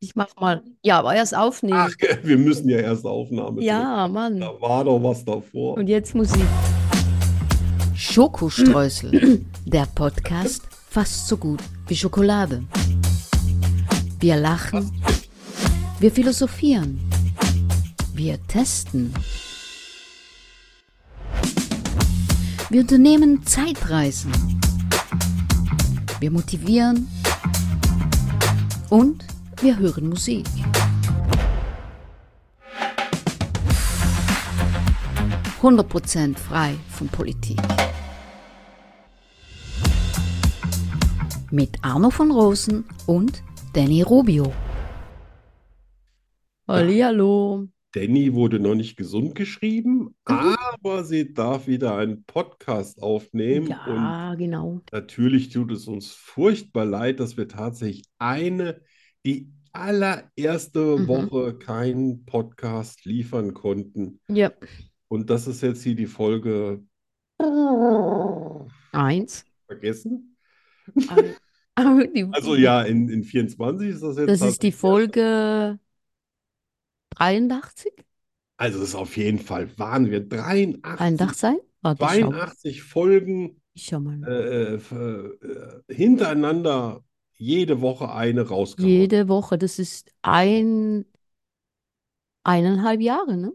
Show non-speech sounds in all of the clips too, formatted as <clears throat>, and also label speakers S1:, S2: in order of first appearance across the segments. S1: Ich mach mal. Ja, aber erst
S2: Ach, Genau.
S1: aufnehmen.
S2: wir müssen ja erst Aufnahme drücken.
S1: Ja, Mann.
S2: Da war doch was davor.
S1: Und jetzt Musik.
S3: Schokostreusel, der Podcast fast so gut wie Schokolade. Wir lachen, wir philosophieren, wir testen. Wir unternehmen Zeitreisen. Wir motivieren und wir hören Musik. Prozent frei von Politik. Mit Arno von Rosen und Danny Rubio.
S1: Hallihallo.
S2: Danny wurde noch nicht gesund geschrieben,
S1: Mhm.
S2: aber sie darf wieder einen Podcast aufnehmen. Und
S1: Ja, genau.
S2: natürlich tut es uns furchtbar leid, dass wir tatsächlich eine, die allererste
S1: Mhm.
S2: Woche keinen Podcast liefern konnten.
S1: Ja.
S2: Und das ist jetzt hier die Folge
S1: Eins.
S2: <laughs> vergessen.
S1: Aber <laughs> die-
S2: Also ja, in, in 24 ist das jetzt
S1: Das ist die Folge 83?
S2: Also es ist auf jeden Fall Wahnsinn. Wir 83,
S1: 83 sein? Warte, ich schau,
S2: 82 Folgen
S1: ich schau mal.
S2: äh, f- äh, hintereinander jede Woche eine rausgehauen.
S1: Jede Woche. Das ist ein, eineinhalb Jahre, ne?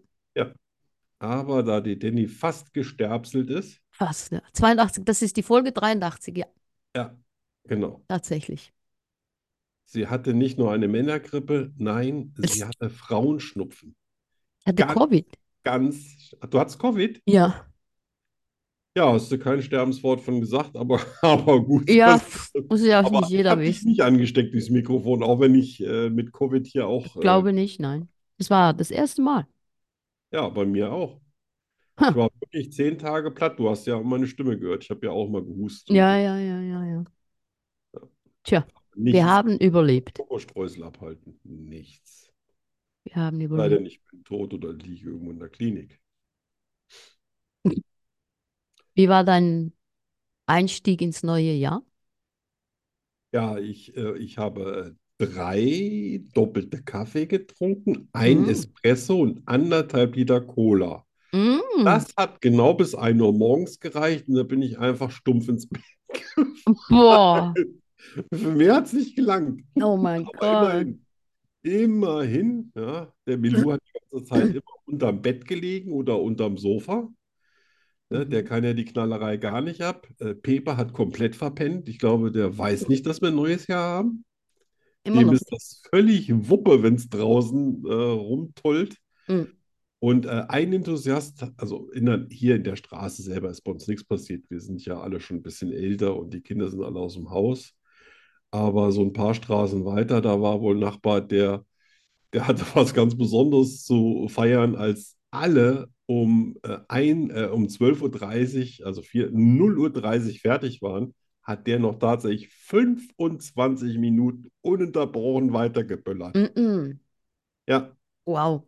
S2: Aber da die Danny fast gesterbselt ist,
S1: Fast, ne? 82. Das ist die Folge 83, ja,
S2: ja, genau.
S1: tatsächlich.
S2: Sie hatte nicht nur eine Männergrippe, nein, sie
S1: Es-
S2: hatte Frauenschnupfen.
S1: Ich hatte
S2: Gar-
S1: Covid.
S2: Ganz, du hattest Covid?
S1: Ja.
S2: Ja, hast du kein Sterbenswort von gesagt, aber, <laughs> aber gut.
S1: Ja,
S2: dass-
S1: pf, muss ja auch
S2: aber
S1: nicht
S2: ich
S1: jeder
S2: hab dich
S1: wissen.
S2: nicht angesteckt, dieses Mikrofon, auch wenn ich äh, mit Covid hier auch,
S1: Ich glaube nicht, nein. Das war das erste Mal.
S2: äh, ja, bei mir auch.
S1: Ha.
S2: Ich war wirklich zehn Tage platt. Du hast ja auch meine Stimme gehört. Ich habe ja auch mal gehustet.
S1: Ja, ja, ja, ja, ja.
S2: Nichts
S1: Wir haben überlebt.
S2: Kokosstreusel abhalten. Nichts.
S1: Wir haben
S2: Leider
S1: überlebt.
S2: nicht, ich bin tot oder liege irgendwo in der Klinik.
S1: Wie war dein Einstieg ins neue Jahr?
S2: Ja, ich, äh, ich habe äh, drei doppelte Kaffee getrunken, ein
S1: Mm.
S2: Espresso und anderthalb Liter Cola.
S1: Mm.
S2: Das hat genau bis 1 Uhr morgens gereicht und da bin ich einfach stumpf ins Bett. <laughs>
S1: Boah,
S2: Für mehr hat es nicht gelangt.
S1: oh mein
S2: Aber
S1: Gott.
S2: immerhin, immerhin, ja, der
S1: <laughs>
S2: Milou hat die ganze Zeit immer unterm Bett gelegen oder unterm Sofa. Ne, der
S1: Mhm.
S2: kann ja die Knallerei gar nicht ab. Äh, Pepe hat komplett verpennt. Ich glaube, der weiß nicht, dass wir ein neues Jahr haben.
S1: Immer
S2: Dem
S1: noch
S2: ist das völlig Wuppe, wenn es draußen äh, rumtollt.
S1: Mhm.
S2: Und äh, ein Enthusiast, also in der, hier in der Straße selber ist bei uns nichts passiert. Wir sind ja alle schon ein bisschen älter und die Kinder sind alle aus dem Haus. Aber so ein paar Straßen weiter, da war wohl ein Nachbar, der, der hatte was ganz Besonderes zu feiern, als alle um, äh, ein, äh, um 12.30 Uhr, also vier- 0.30 Uhr fertig waren, hat der noch tatsächlich 25 Minuten ununterbrochen weitergeböllert.
S1: Mhm. Mm-mm.
S2: Ja,
S1: Wow.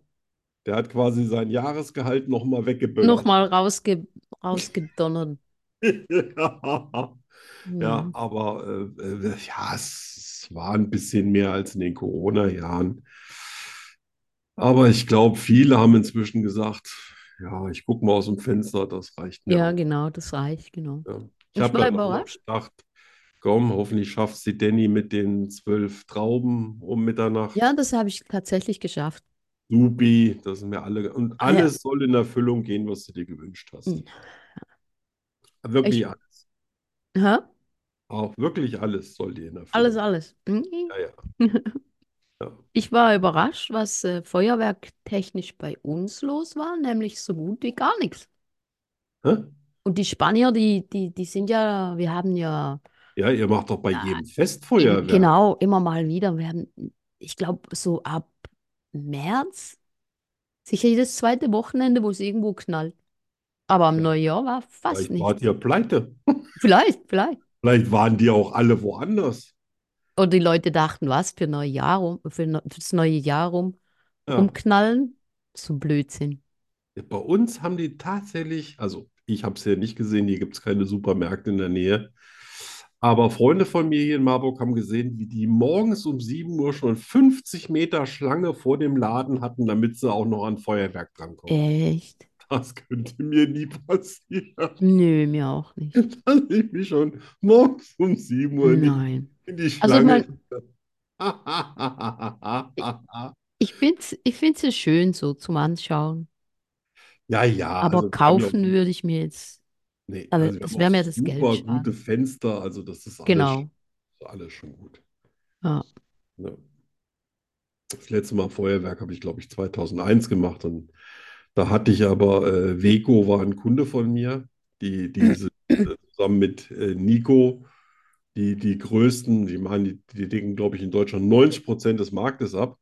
S2: der hat quasi sein Jahresgehalt nochmal weggeböllert.
S1: Nochmal rausge rausgedonnert.
S2: <laughs> Ja, ja,
S1: Mhm.
S2: aber äh, äh, ja, es war ein bisschen mehr als in den Corona-Jahren. Aber ich glaube, viele haben inzwischen gesagt, ja, ich gucke mal aus dem Fenster, das reicht mir
S1: Ja,
S2: auch.
S1: genau, das reicht, genau.
S2: Ja. Ich
S1: Ich
S2: habe
S1: war
S2: dann auch noch
S1: überrascht.
S2: gedacht, komm, hoffentlich schafft sie Danny mit den zwölf Trauben um Mitternacht.
S1: Ja, das habe ich tatsächlich geschafft.
S2: Supi, das sind wir alle. Und
S1: Ah, ja.
S2: alles soll in Erfüllung gehen, was du dir gewünscht hast.
S1: Mhm.
S2: Wirklich
S1: Ich-
S2: alles.
S1: Hä?
S2: Auch wirklich alles soll dir in
S1: Alles,
S2: Erfüllung
S1: alles. Mhm.
S2: Ja, ja.
S1: <laughs>
S2: Ja.
S1: Ich war überrascht, was äh, feuerwerktechnisch bei uns los war, nämlich so gut wie gar nichts.
S2: Hä?
S1: Und die Spanier, die, die, die sind ja, wir haben ja
S2: Ja, ihr macht doch bei
S1: Ja,
S2: jedem Fest
S1: im-
S2: Feuerwerk.
S1: genau immer mal wieder, wir haben, ich glaube, so ab März, sicher jedes zweite Wochenende, wo es irgendwo knallt. Aber am
S2: Ja.
S1: Neujahr war fast
S2: Vielleicht wart
S1: nichts.
S2: ihr pleite.
S1: Vielleicht, vielleicht.
S2: Vielleicht waren die auch alle woanders.
S1: Und die Leute dachten, was für Neujahr rum, für, neu- fürs neue Jahr rum,
S2: Ja.
S1: um rumknallen? So Blödsinn.
S2: Bei uns haben die tatsächlich, also ich habe es ja nicht gesehen, hier gibt es keine Supermärkte in der Nähe, Aber Freunde von mir hier in Marburg haben gesehen, wie die morgens um 7 Uhr schon 50 Meter Schlange vor dem Laden hatten, damit sie auch noch an Feuerwerk drankommen.
S1: Echt?
S2: Das könnte mir nie passieren, <laughs>
S1: Nö, mir auch nicht.
S2: dass ich mich schon morgens um 7 Uhr in die,
S1: Nein.
S2: in die
S1: Also ich
S2: Schlange.
S1: meine, ich find's, ich find's ja schön so zum Anschauen.
S2: <laughs> Ja, ja,
S1: Aber
S2: also wir haben ja auch,
S1: kaufen würde ich mir jetzt,
S2: nee,
S1: aber
S2: also wir haben
S1: das
S2: auch
S1: wäre mir das Geld
S2: super
S1: sparen.
S2: gute Fenster, also das ist alles,
S1: Genau.
S2: alles schon gut.
S1: Ja.
S2: Ne? Das letzte Mal Feuerwerk habe ich, glaube ich, 2001 gemacht. Und da hatte ich aber, äh, Weco war ein Kunde von mir, die
S1: Mhm.
S2: diese zusammen mit äh, Nico, die, die größten, die machen, die, die decken, glaube ich, in Deutschland 90 Prozent des Marktes ab.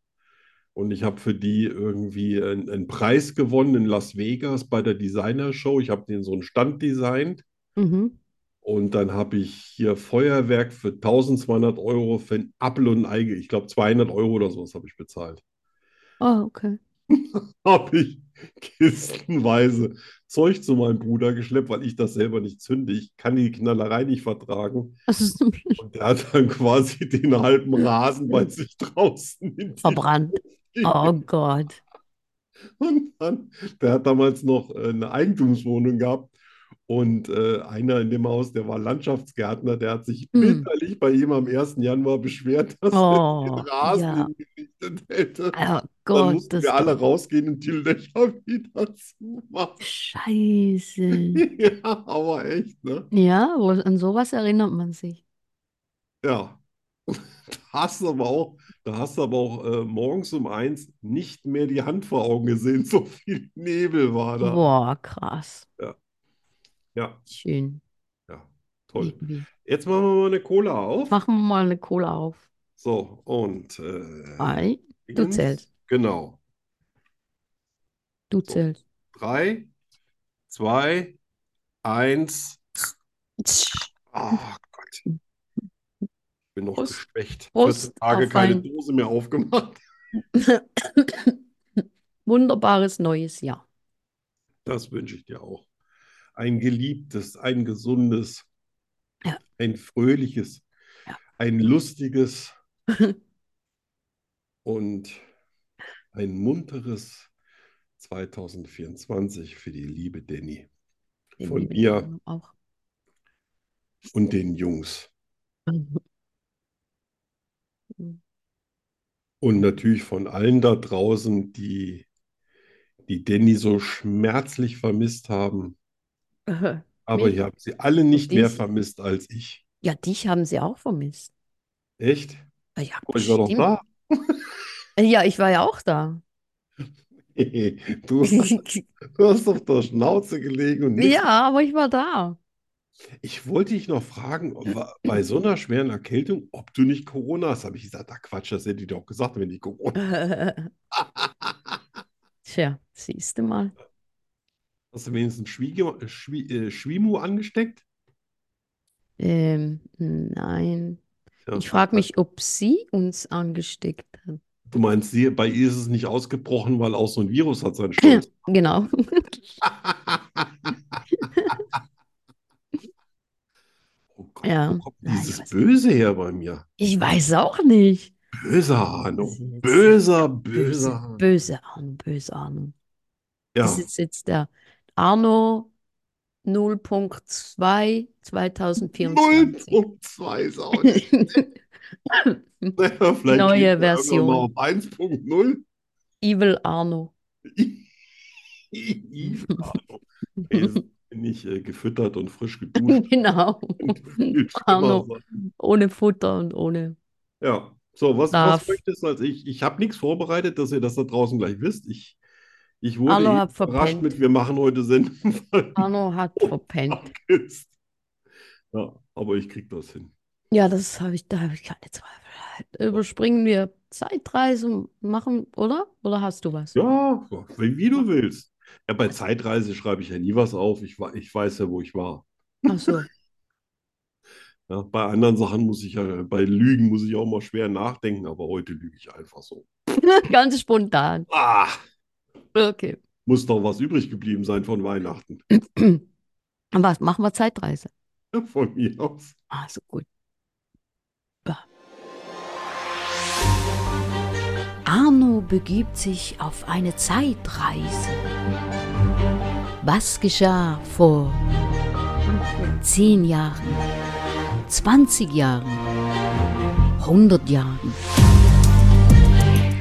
S2: Und ich habe für die irgendwie einen, einen Preis gewonnen in Las Vegas bei der Designer-Show. Ich habe denen so einen Stand designt.
S1: Mhm.
S2: Und dann habe ich hier Feuerwerk für 1200 Euro für ein Apfel und ein Ei. Ich glaube, 200 Euro oder sowas habe ich bezahlt. <laughs>
S1: Oh, okay.
S2: habe ich kistenweise Zeug zu meinem Bruder geschleppt, weil ich das selber nicht zünde. Ich kann die Knallerei nicht vertragen.
S1: Das ist
S2: <laughs>
S1: so
S2: Und der hat dann quasi den halben Rasen bei sich draußen in die
S1: verbrannt. Oh Gott.
S2: Und dann, der hat damals noch äh, eine Eigentumswohnung gehabt. Und äh, einer in dem Haus, der war Landschaftsgärtner, der hat sich
S1: Hm.
S2: bitterlich bei ihm am 1. Januar beschwert, dass er den
S1: Oh,
S2: Rasen
S1: ja.
S2: hingerichtet hätte.
S1: Oh
S2: Dann
S1: Gott,
S2: mussten
S1: das
S2: wir alle
S1: doch.
S2: rausgehen und die Löcher <laughs> wieder zumachen. <laughs>
S1: Scheiße.
S2: Ja, aber echt, ne?
S1: Ja, wo, an sowas erinnert man sich.
S2: Ja. <laughs> Da hast du aber auch, da hast du aber auch äh, morgens um eins nicht mehr die Hand vor Augen gesehen. <laughs> So viel Nebel war da.
S1: Boah, krass.
S2: Ja, ja,
S1: Schön.
S2: ja. Toll.
S1: Irgendwie.
S2: Jetzt machen wir mal eine Cola auf.
S1: Machen wir mal eine Cola auf.
S2: So, und äh,
S1: Ei, du
S2: Dingens.
S1: zählst.
S2: Genau.
S1: Du
S2: So,
S1: zählst.
S2: drei, zwei, eins.
S1: Tsch.
S2: Ah, Gott, ich bin noch
S1: Oh Prost.
S2: geschwächt. 14
S1: Prost
S2: Tage
S1: auf
S2: keine
S1: ein
S2: Dose mehr aufgemacht.
S1: <coughs> wunderbares neues Jahr.
S2: Das wünsche ich dir auch. Ein geliebtes, ein gesundes,
S1: Ja,
S2: ein fröhliches,
S1: ja. <laughs>
S2: ein lustiges und ein munteres 2024 für die liebe Danny.
S1: Den
S2: Von
S1: liebe
S2: mir
S1: Daniel auch.
S2: und den Jungs. Und natürlich von allen da draußen, die die Danny so schmerzlich vermisst haben.
S1: Äh,
S2: Aber
S1: Mich
S2: ich habe sie alle nicht
S1: und
S2: mehr
S1: dich.
S2: vermisst als ich.
S1: <laughs> Ja, dich haben sie auch vermisst.
S2: Echt?
S1: Ah Ja,
S2: Aber Oh, ich war doch
S1: bestimmt.
S2: da. <laughs>
S1: Äh, Ja, ich war ja auch da.
S2: Du hast, du hast auf der Schnauze gelegen und
S1: <laughs>
S2: nichts.
S1: Ja, aber ich war da.
S2: Ich wollte dich noch fragen, ob wir- bei so einer schweren Erkältung, ob du nicht Corona hast. Habe ich gesagt, ach Quatsch, das hätte ich doch gesagt, wenn ich Corona.
S1: Tja, siehst du mal.
S2: Hast du wenigstens Schwiege, Schwie, äh, Schwimu angesteckt?
S1: Ähm, nein.
S2: Ja.
S1: Ich frage mich, ob sie uns angesteckt hat.
S2: Du meinst, sie, bei ihr ist es nicht ausgebrochen, weil auch so ein Virus hat seinen Stolz.
S1: Genau.
S2: Oh Gott, wo
S1: Ja,
S2: kommt
S1: nein, ich
S2: dieses
S1: weiß nicht.
S2: Böse her bei mir?
S1: Ich weiß auch nicht.
S2: Böser Hahn,
S1: Das
S2: oh,
S1: ist jetzt der
S2: böser,
S1: böse,
S2: böser Hahn.
S1: böse Arno, böse Arno. Das
S2: Ja,
S1: ist jetzt der Arno 0.2 2024.
S2: 0.2 ist auch nicht.
S1: <laughs>
S2: Naja,
S1: Neue
S2: vielleicht liegen wir irgendwann mal
S1: Version.
S2: auf <laughs> 1.0.
S1: Evil Arno.
S2: Eve, Arno. Ey, das bin ich äh, gefüttert und frisch geduscht.
S1: <laughs> Genau.
S2: Könnte viel schlimmer
S1: Arno
S2: sein.
S1: ohne Futter und ohne
S2: Ja, so, was, was
S1: Schlaf.
S2: möchtest du als ich? Ich habe nichts vorbereitet, dass ihr das da draußen gleich wisst. Ich, ich wurde
S1: Arno
S2: eben
S1: hat
S2: überrascht
S1: verpennt. Ah.
S2: mit, wir machen heute Sendung, <laughs> weil du
S1: Arno hat verpennt.
S2: ist. Ja, aber ich krieg das hin.
S1: Ja, das habe ich, da habe ich keine Zweifel. Halt,
S2: So.
S1: Überspringen wir Zeitreisen machen, oder? Oder hast du was?
S2: Ja, wie, wie du willst. Ja, bei Zeitreise schreibe ich ja nie was auf. Ich, wa- ich weiß ja, wo ich war.
S1: Ach so. <laughs>
S2: Ja, bei anderen Sachen muss ich ja, bei Lügen muss ich auch mal schwer nachdenken, aber heute lüge ich einfach so.
S1: Ganz spontan.
S2: Ah,
S1: Okay. <clears throat>
S2: muss doch was übrig geblieben sein von Weihnachten. <laughs>
S1: Was machen wir Zeitreise?
S2: Ja, von mir aus.
S1: Also gut.
S3: Arno begibt sich auf eine Zeitreise. Was geschah vor 10 Jahren, 20 Jahren, 100 Jahren,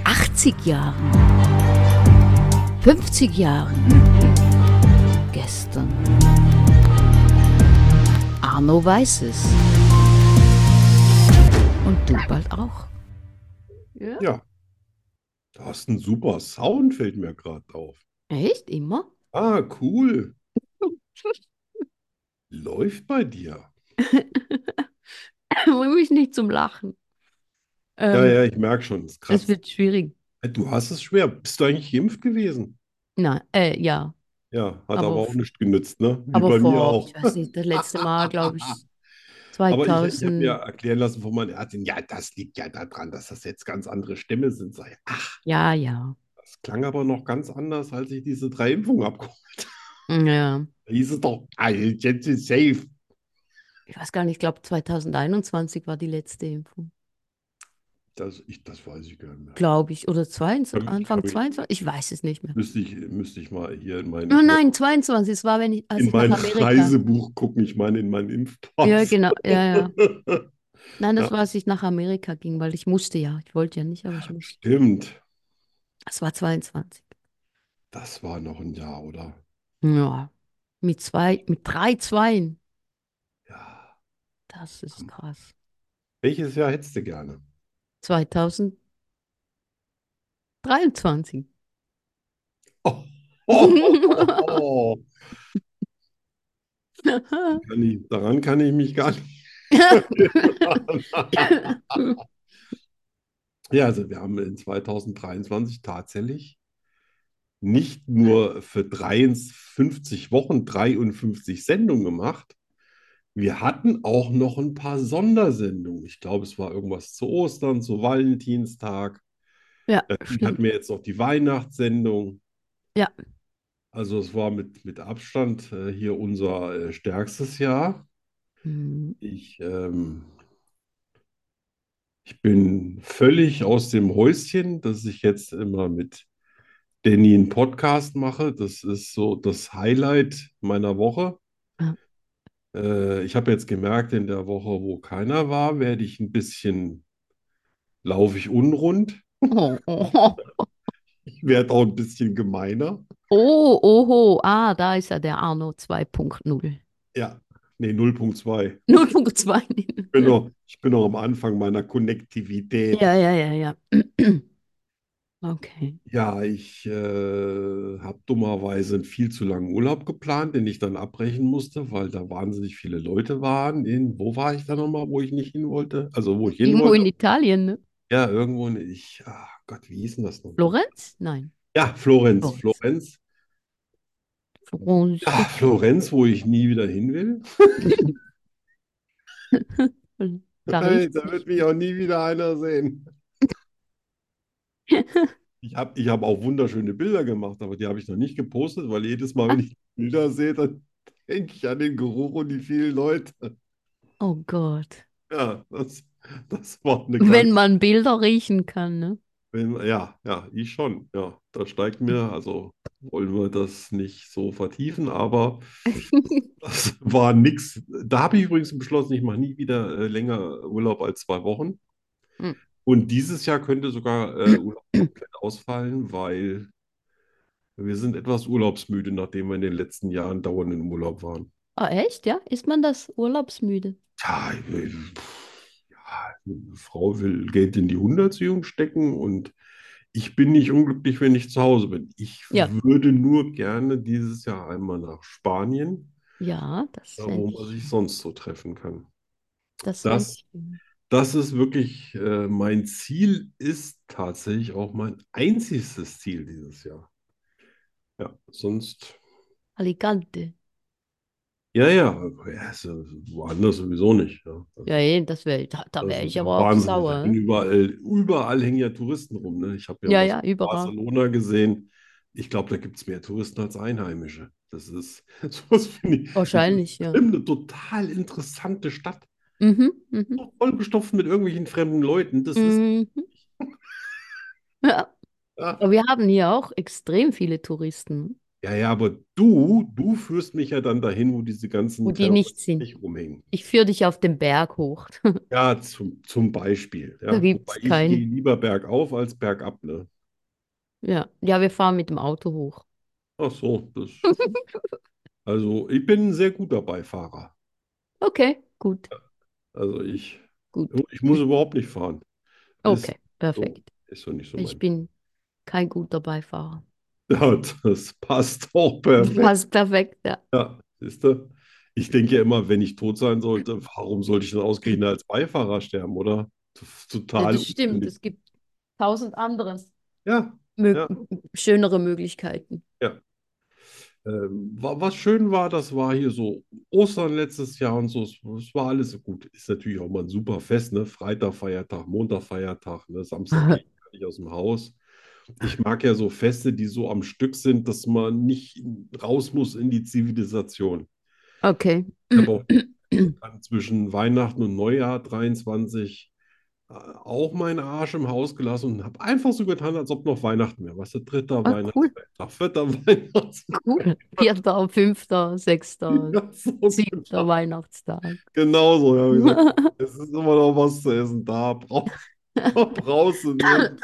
S3: 80 Jahren, 50 Jahren, gestern? Arno weiß es. Und du bald auch.
S1: Ja.
S2: Ja. Du hast einen super Sound, fällt mir gerade auf.
S1: Echt? Immer? <laughs>
S2: Ah, cool. Läuft bei dir.
S1: Bring mich nicht zum Lachen.
S2: Ja,
S1: Ähm,
S2: ja, ich merke schon, ist krass. Äh,
S1: Es wird schwierig.
S2: Du hast es schwer. Bist du eigentlich geimpft gewesen?
S1: Nein, äh, ja.
S2: Ja, hat
S1: Aber
S2: aber auch
S1: f-
S2: nicht genützt, ne? Wie
S1: Aber
S2: bei mir
S1: vor,
S2: auch.
S1: ich weiß nicht, das letzte
S2: <laughs>
S1: Mal, glaube ich,
S2: Aber ich, ich habe
S1: 2000.
S2: mir erklären lassen von meiner Ärztin, ja, das liegt ja daran, dass das jetzt ganz andere Stämme sind. Sag ich, ach,
S1: Ja, ja.
S2: das klang aber noch ganz anders, als ich diese drei Impfungen abgeholt habe.
S1: Ja.
S2: Da hieß es doch, ah, jetzt ist safe.
S1: Ich weiß gar nicht, ich glaube 2021 war die letzte Impfung.
S2: Das, ich, das weiß ich gar nicht mehr.
S1: Glaube ich. Oder 22,
S2: Hab ich,
S1: Anfang
S2: hab ich,
S1: 22? Ich weiß es nicht mehr.
S2: müsste ich, müsste ich mal hier in
S1: Oh
S2: mein,
S1: nein, 22. Es war, wenn ich, als
S2: in
S1: ich nach
S2: mein
S1: Amerika.
S2: Reisebuch gucken, ich meine in meinen
S1: Ja,
S2: Impfpass.
S1: genau. Ja, ja.
S2: <laughs>
S1: Nein, das
S2: Ja,
S1: war, als ich nach Amerika ging, weil ich musste ja. Ich wollte ja nicht, aber ich musste.
S2: stimmt.
S1: Es war 22.
S2: Das war noch ein Jahr, oder?
S1: Ja. Mit zwei, mit drei Zweien.
S2: Ja.
S1: Das ist krass.
S2: Welches Jahr hättest du gerne?
S1: 2023.
S2: Oh, oh, Kann ich, daran kann ich mich gar nicht erinnern. Ja, also wir haben in 2023 tatsächlich nicht nur für 53 Wochen 53 Sendungen gemacht, wir hatten auch noch ein paar Sondersendungen. Ich glaube, es war irgendwas zu Ostern, zu Valentinstag.
S1: Ja, <laughs>
S2: Dann hatten
S1: stimmt.
S2: wir jetzt noch die Weihnachtssendung.
S1: Ja,
S2: Also es war mit, mit Abstand äh, hier unser äh, stärkstes Jahr.
S1: Mhm.
S2: Ich, ähm, ich bin völlig aus dem Häuschen, dass ich jetzt immer mit Danny einen Podcast mache. Das ist so das Highlight meiner Woche.
S1: Ja.
S2: Äh, ich habe jetzt gemerkt, in der Woche, wo keiner war, werde ich ein bisschen, laufe ich unrund.
S1: Oh, oh, oh,
S2: Ich werde auch ein bisschen gemeiner.
S1: oh, oho. ah, da ist ja der Arno 2.0.
S2: Ja, nee, 0.2. <laughs>
S1: 0.2.
S2: Ich bin noch, ich bin noch am Anfang meiner Konnektivität.
S1: Ja, ja, ja, ja. <clears throat> Okay.
S2: Ja, ich äh, habe dummerweise einen viel zu langen Urlaub geplant, den ich dann abbrechen musste, weil da wahnsinnig viele Leute waren. In, wo war ich da nochmal, wo ich nicht hin wollte? Also, wo ich hin
S1: Irgendwo in
S2: wollte?
S1: Italien, ne?
S2: Ja, irgendwo in, ich, ah Gott, wie hieß denn das nochmal?
S1: Florenz? Nein.
S2: Ja, Florenz,
S1: Florenz.
S2: Florenz.
S1: Florenz.
S2: Ja, Florenz, wo ich nie wieder hin will.
S1: Äh, Da
S2: Hey,
S1: riecht's
S2: da
S1: nicht.
S2: wird mich auch nie wieder einer sehen. <laughs> Ich habe ich hab auch wunderschöne Bilder gemacht, aber die habe ich noch nicht gepostet, weil jedes Mal, wenn ich Bilder sehe, dann denke ich an den Geruch und die vielen Leute.
S1: Oh Gott.
S2: Ja, das, das war eine
S1: Wenn
S2: ganz,
S1: man Bilder riechen kann, ne?
S2: wenn, ja, ja, ich schon. Ja, da steigt mir, also wollen wir das nicht so vertiefen, aber das war nix. Da habe ich übrigens beschlossen, ich mache nie wieder äh, länger Urlaub als zwei Wochen.
S1: Hm.
S2: Und dieses Jahr könnte sogar äh, Urlaub komplett ausfallen, weil wir sind etwas urlaubsmüde, nachdem wir in den letzten Jahren dauernd im Urlaub waren.
S1: Ah, echt? Ja? Ist man das urlaubsmüde?
S2: Ja, ich will- pff, ähm, ja, eine Frau will Geld in die Hundertziehung stecken und ich bin nicht unglücklich, wenn ich zu Hause bin. Ich
S1: Ja.
S2: würde nur gerne dieses Jahr einmal nach Spanien,
S1: Ja, das
S2: da
S1: fände
S2: wo man
S1: ich,
S2: sich sonst so treffen kann.
S1: das fänd
S2: Das,
S1: ich schön.
S2: das ist wirklich äh, mein Ziel, ist tatsächlich auch mein einziges Ziel dieses Jahr. Ja, sonst,
S1: Alicante.
S2: ja, ja, also woanders sowieso nicht. Ja,
S1: Ja,
S2: also.
S1: eh, das wär, da, da
S2: Das
S1: wäre
S2: ist
S1: ich aber auch
S2: Also, Wahnsinn. Da
S1: sauer.
S2: hängen
S1: ne?
S2: überall, überall hängen ja Touristen rum. Ne? Ich habe
S1: Ja,
S2: ja was
S1: ja,
S2: in
S1: überall.
S2: Barcelona gesehen. Ich glaube, da gibt es mehr Touristen als Einheimische. Das ist, <laughs> sowas finde ich, das ist
S1: Wahrscheinlich, ja.
S2: bestimmt eine total interessante Stadt.
S1: Mhm, mhm,
S2: So vollgestopft mit irgendwelchen fremden Leuten. Das ist,
S1: mhm. <laughs> Ja. Aber wir haben hier auch extrem viele Touristen,
S2: Ja, ja, aber du, du führst mich ja dann dahin, wo diese
S1: wo
S2: ganzen
S1: die
S2: Terroristen
S1: nicht sind.
S2: nicht rumhängen.
S1: Ich führe dich auf den Berg hoch. <laughs>
S2: Ja, zum, zum Beispiel.
S1: Da
S2: Ja.
S1: gibt
S2: Wobei
S1: es
S2: ich gehe
S1: keinen.
S2: lieber bergauf als bergab, ne?
S1: Ja. Ja, wir fahren mit dem Auto hoch.
S2: Ach so,
S1: <laughs>
S2: das. Also, ich bin ein sehr guter Beifahrer.
S1: Okay, gut,
S2: Also ich,
S1: gut.
S2: ich muss überhaupt nicht fahren. Ist
S1: Okay,
S2: so,
S1: perfekt.
S2: ist so nicht so
S1: Ich
S2: mein.
S1: bin kein guter Beifahrer.
S2: <laughs>
S1: <laughs>
S2: Ja, das passt auch perfekt.
S1: Passt perfekt, ja.
S2: Ja, siehst du? Ich denke ja immer, wenn ich tot sein sollte, warum sollte ich denn ausgerechnet als Beifahrer sterben, oder? T-
S1: Ja,
S2: Total
S1: das stimmt.
S2: unsinnig.
S1: Es gibt tausend andere
S2: Ja,
S1: mö
S2: ja,
S1: schönere Möglichkeiten.
S2: ja. Ähm, wa- was schön war, das war hier so Ostern letztes Jahr und so. Es, es war alles so gut. Ist natürlich auch mal ein super Fest, ne? Freitag, Feiertag, Montag, Feiertag, ne?
S1: <laughs>
S2: Samstag gehe ich gar nicht aus dem Haus. Ich mag ja so Feste, die so am Stück sind, dass man nicht raus muss in die Zivilisation.
S1: Okay. <laughs>
S2: Ich habe auch dann zwischen Weihnachten und Neujahr 23 äh, auch meinen Arsch im Haus gelassen und habe einfach so getan, als ob noch Weihnachten wäre. Weißt du, dritter
S1: Ah, cool,
S2: Weihnachtsfeiertag, vierter <laughs> Weihnachtsfeiertag.
S1: cool. Vierter, fünfter, sechster,
S2: Ja, so
S1: siebter Weihnachtstag.
S2: Genau so, ja, wie gesagt, es ist immer noch was zu essen da, brauch, brauchst du nirgends.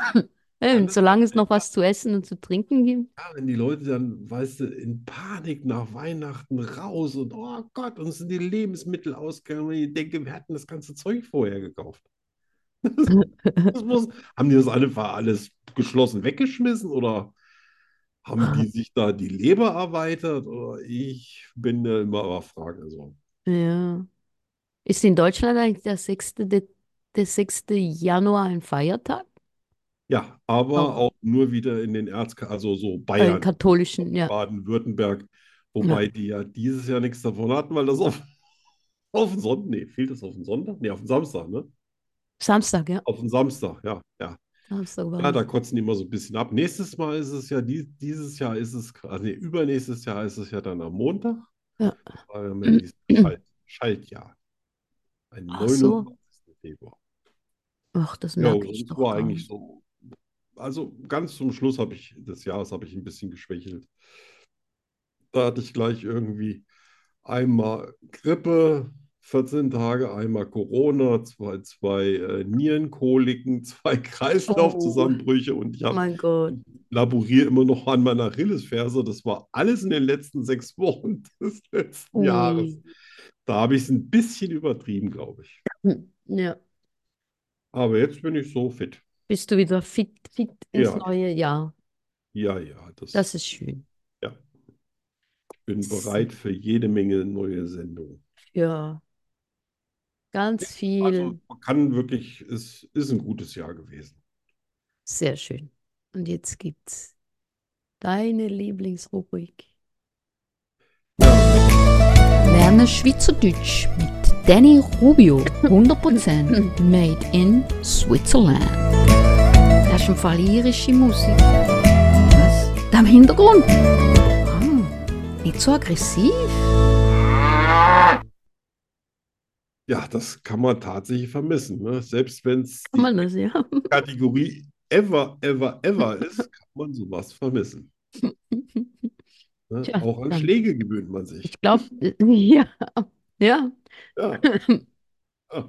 S1: Ähm,
S2: Alles
S1: solange es noch
S2: einfach.
S1: was zu essen und zu trinken gibt.
S2: Ja, wenn die Leute dann, weißt du, in Panik nach Weihnachten raus und oh Gott, uns sind die Lebensmittel ausgegangen, wenn ich denke, wir hatten das ganze Zeug vorher gekauft. <laughs> Das, das muss, haben die das alle, war alles geschlossen weggeschmissen oder haben die sich da die Leber erweitert? Oder ich bin da immer überfragt. Also,
S1: Ja. Ist in Deutschland eigentlich der 6. De der 6. Januar ein Feiertag?
S2: ja, aber
S1: Auch
S2: auch nur wieder in den Erz, also so
S1: äh, im
S2: Bayern.
S1: katholischen, ja.
S2: Baden-Württemberg,
S1: Ja.
S2: wobei die ja dieses Jahr nichts davon hatten, weil das auf, auf den Sonntag, nee, fehlt das auf den Sonntag? Nee, auf den Samstag, ne?
S1: Samstag, ja.
S2: Auf den Samstag, ja, ja.
S1: Samstag war
S2: Ja, da
S1: das.
S2: kotzen die immer so ein bisschen ab. Nächstes Mal ist es ja, die, dieses Jahr ist es, also nee, übernächstes Jahr ist es ja dann am Montag,
S1: Ja.
S2: weil wir haben ja dieses Schalt, Schaltjahr, ein
S1: Ach so.
S2: 29. Februar.
S1: Ach, das
S2: Ja,
S1: merke ich
S2: sonst
S1: doch
S2: war
S1: gar
S2: eigentlich
S1: nicht.
S2: so, also ganz zum Schluss habe ich, des Jahres habe ich ein bisschen geschwächelt. Da hatte ich gleich irgendwie einmal Grippe, 14 Tage, einmal Corona, zwei, zwei äh, Nierenkoliken, <laughs> zwei
S1: Oh
S2: Kreislaufzusammenbrüche und ich habe
S1: mein Gott.
S2: laboriere immer noch an meiner Achillesferse. Das war alles in den letzten sechs Wochen <laughs> des letzten
S1: Ui.
S2: Jahres. Da habe ich es ein bisschen übertrieben, glaube ich.
S1: Hm, Ja.
S2: Aber jetzt bin ich so fit.
S1: Bist du wieder fit, fit ins
S2: Ja,
S1: neue Jahr?
S2: ja, ja, das,
S1: Das ist schön.
S2: ja, bin
S1: S-
S2: bereit für jede Menge neue Sendungen.
S1: Ja, ganz
S2: Also
S1: viel.
S2: man kann wirklich, es ist ein gutes Jahr gewesen.
S1: Sehr schön. Und jetzt gibt's deine Lieblingsrubrik.
S2: Ja.
S3: Lerne Schweizerdeutsch mit Danny Rubio. 100% made in Switzerland. Das ist im Fall irische Musik. Was? Da im Hintergrund? Ah, nicht so aggressiv.
S2: Ja, das kann man tatsächlich vermissen. Ne? Selbst wenn es
S1: Kann
S2: die
S1: man das, ja?
S2: Kategorie ever, ever,
S1: <laughs>
S2: ever ist, kann man sowas vermissen. Ne?
S1: Tja,
S2: Auch an
S1: dann.
S2: Schläge gewöhnt man
S1: <laughs>
S2: sich.
S1: Ich glaube, ja, ja,
S2: Ja, Ah, ja.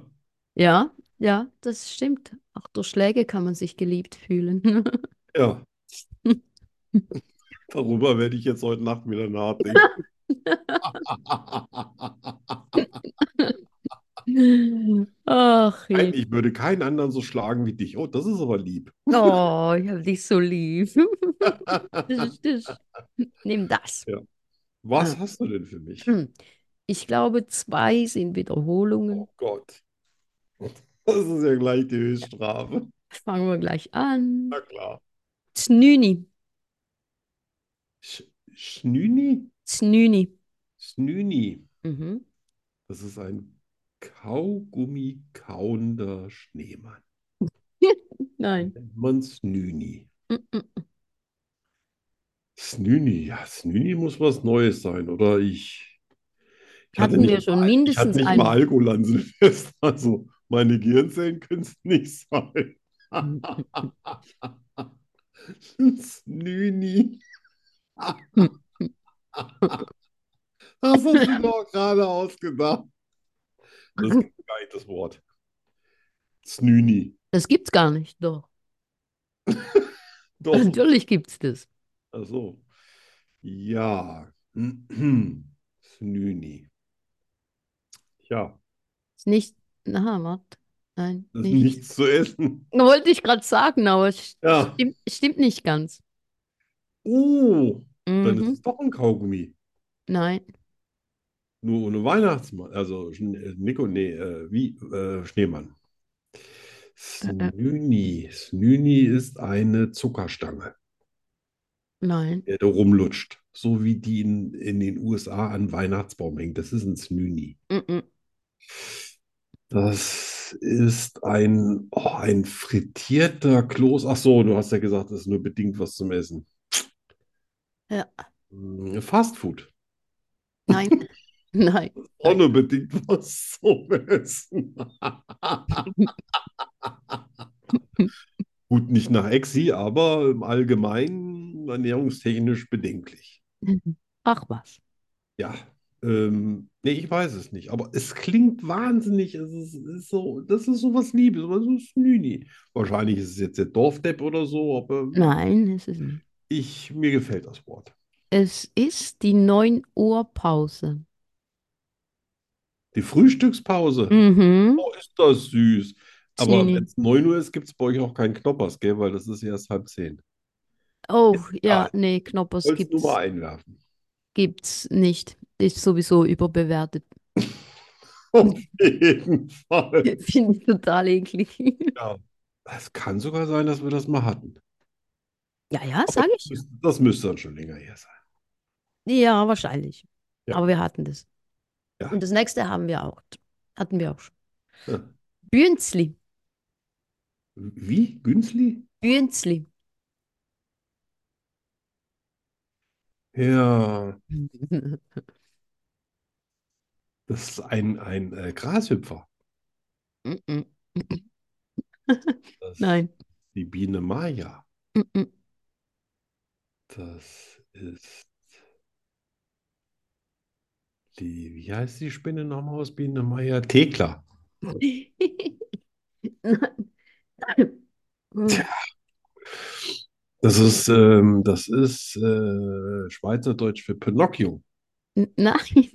S1: ja, ja, das stimmt. Auch durch Schläge kann man sich geliebt
S2: <laughs>
S1: fühlen. <laughs>
S2: ja. Darüber werde ich jetzt heute Nacht
S1: <laughs>
S2: wieder nachdenken. <laughs>
S1: Ach,
S2: Nein,
S1: je.
S2: ich würde keinen anderen so schlagen wie dich. Oh, das ist aber lieb.
S1: Oh, ich habe dich so
S2: <laughs>
S1: lieb. Das ist das. Nimm das.
S2: Ja.
S1: Ah,
S2: Was hast du denn für mich?
S1: hm. Ich glaube, zwei sind Wiederholungen.
S2: Oh Gott, das ist ja gleich die Höchststrafe.
S1: Fangen wir gleich an.
S2: Na klar.
S1: Znüni,
S2: Sch Schnüni?
S1: Znüni.
S2: Schnüni.
S1: Mhm.
S2: Das ist ein Kaugummi kauender Schneemann.
S1: Nein.
S2: Nennt man Snüni.
S1: Mm, Mm-mm.
S2: Snüni, ja, Snüni muss was Neues sein, oder? Ich, ich hatte
S1: Hatten
S2: nicht
S1: wir schon
S2: mal, ich hatte
S1: mindestens
S2: nicht mal
S1: einen.
S2: Alkoholanselfest, also <laughs> meine Gehirnzellen können es nicht sein. <laughs> Snüni. Das hast du dir doch gerade ausgedacht. Das ist gar nicht das Wort. Snüni.
S1: Das gibt's gar nicht, doch.
S2: Doch.
S1: Natürlich gibt's das.
S2: Ach so. Ja. <clears throat> Snüni. Ja,
S1: Ist nicht. Aha, warte. Nein,
S2: das ist
S1: nicht.
S2: nichts zu essen.
S1: Wollte ich gerade sagen, aber es
S2: Ja.
S1: stimmt, stimmt nicht ganz.
S2: Oh, dann ist
S1: Mhm.
S2: es doch ein Kaugummi.
S1: Nein.
S2: Nur ohne Weihnachtsmann. Also, Schn- äh, Nico, nee, äh, wie? Äh, Schneemann. Snüni. Snüni ist eine Zuckerstange,
S1: Nein.
S2: der da rumlutscht. So wie die in, in den USA an Weihnachtsbaum hängt. Das ist ein Snüni.
S1: Mhm.
S2: Das ist ein, oh, ein frittierter Kloß. Ach so, du hast ja gesagt, das ist nur bedingt was zum Essen.
S1: Ja.
S2: Hm, Fast Food. <laughs>
S1: Nein. Nein.
S2: Auch nur bedingt was zum Essen. Gut, nicht nach Exi, aber im Allgemeinen ernährungstechnisch bedenklich.
S1: Ach was.
S2: Ja, ähm, nee, ich weiß es nicht, aber es klingt wahnsinnig. Es ist, ist so, das ist sowas Liebes, aber so ist Nüni. Wahrscheinlich ist es jetzt der Dorfdepp oder so, aber
S1: Nein, ist es nicht.
S2: ich, mir gefällt das Wort.
S1: Es ist die 9 Uhr Pause.
S2: Die Frühstückspause,
S1: Mhm.
S2: oh, ist das süß. Aber
S1: Snini.
S2: wenn es 9 Uhr ist, gibt es bei euch auch keinen Knoppers, gell? Weil das ist erst halb zehn.
S1: Oh,
S2: Ja,
S1: ja, nee, Knoppers
S2: Wolltest du
S1: gibt's,
S2: mal einwerfen? <laughs>
S1: gibt's nicht. Ist sowieso überbewertet. <laughs>
S2: Auf jeden Fall.
S1: Finde ich total eklig.
S2: Ja. Es kann sogar sein, dass wir das mal hatten.
S1: Ja, ja,
S2: Aber
S1: sage
S2: das
S1: ich.
S2: müsste, das müsste dann schon länger her sein.
S1: Ja, wahrscheinlich.
S2: Ja.
S1: Aber wir hatten das.
S2: Ja.
S1: Und das nächste haben wir auch. Hatten wir auch schon.
S2: Ja.
S1: Bünzli.
S2: Wie? Günzli?
S1: Bünzli.
S2: Ja, das ist ein, ein äh, Grashüpfer.
S1: <laughs> Mhm.
S2: Das ist
S1: Nein.
S2: die Biene Maya.
S1: Mhm.
S2: Das ist die, wie heißt die Spinne nochmal aus Biene Maya? Thekla. Das ist, ähm, das ist äh, Schweizerdeutsch für Pinocchio.
S1: Nein. <laughs>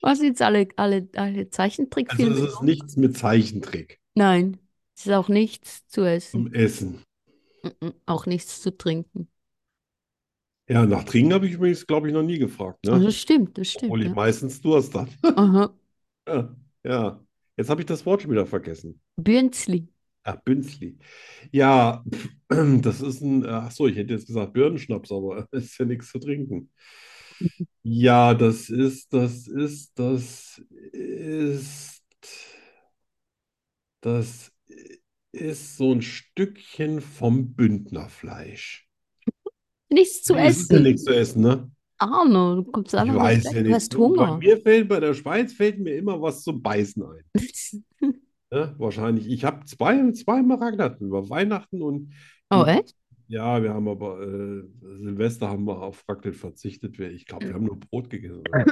S1: Was jetzt alle, alle, alle
S2: Also es
S1: Zeichentrickfilme?
S2: ist nichts mit Zeichentrick
S1: Nein. Es ist auch nichts zu
S2: zum
S1: essen.
S2: Essen.
S1: Mhm. Auch nichts zu trinken.
S2: Ja, nach Trinken habe ich übrigens, glaube ich, noch nie gefragt,
S1: Oh,
S2: ne?
S1: das stimmt, das
S2: Obwohl
S1: stimmt.
S2: ich
S1: Ja.
S2: meistens Durst habe.
S1: Aha.
S2: Ja, ja. Jetzt habe ich das Wort schon wieder vergessen.
S1: Bünzli.
S2: Ach, Bünzli. Ja, <clears throat> das ist ein, äh, ach so, ich hätte jetzt gesagt Birnenschnaps, aber <laughs> es ist ja nichts zu trinken. Ja, das ist, das ist, das ist, das ist so ein Stückchen vom Bündnerfleisch.
S1: Nichts zu
S2: Das ist ja
S1: essen.
S2: nichts zu essen, ne?
S1: Arno, du kommst
S2: Ich
S1: einfach nicht
S2: weiß
S1: weg.
S2: ja
S1: Du
S2: nicht.
S1: hast
S2: Bei
S1: Hunger.
S2: mir fällt, bei der Schweiz fällt mir immer was zum Beißen ein. Ne? Wahrscheinlich. Ich habe zwei, zweimal Ragnatten über Weihnachten und
S1: Oh, echt?
S2: ja, wir haben aber äh, Silvester haben wir auf Raclette verzichtet. Wir- Ich glaube, wir haben nur Brot
S1: <laughs>
S2: gegessen. oder?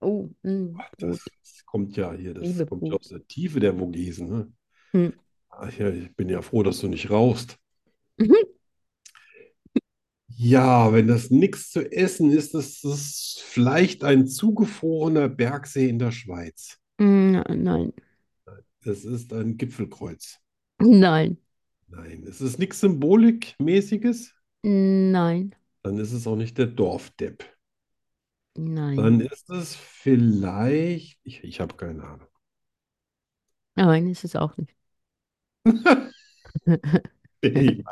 S1: Oh, mm,
S2: Das,
S1: gut.
S2: das kommt ja hier, das
S1: Liebe
S2: kommt ja
S1: Brot.
S2: aus der Tiefe der Vogesen. Ne?
S1: Hm.
S2: Ach ja, ich bin ja froh, dass du nicht rauchst.
S1: Mhm.
S2: Ja, wenn das nichts zu essen ist, das ist vielleicht ein zugefrorener Bergsee in der Schweiz.
S1: Mm, Nein,
S2: Das ist ein Gipfelkreuz.
S1: nein,
S2: Nein, es ist nichts Symbolikmäßiges.
S1: nein,
S2: Dann ist es auch nicht der Dorfdepp. Dann
S1: nein.
S2: ist es vielleicht. Ich, ich habe keine Ahnung. <laughs>
S1: Nein, ist es auch nicht.
S2: Ich,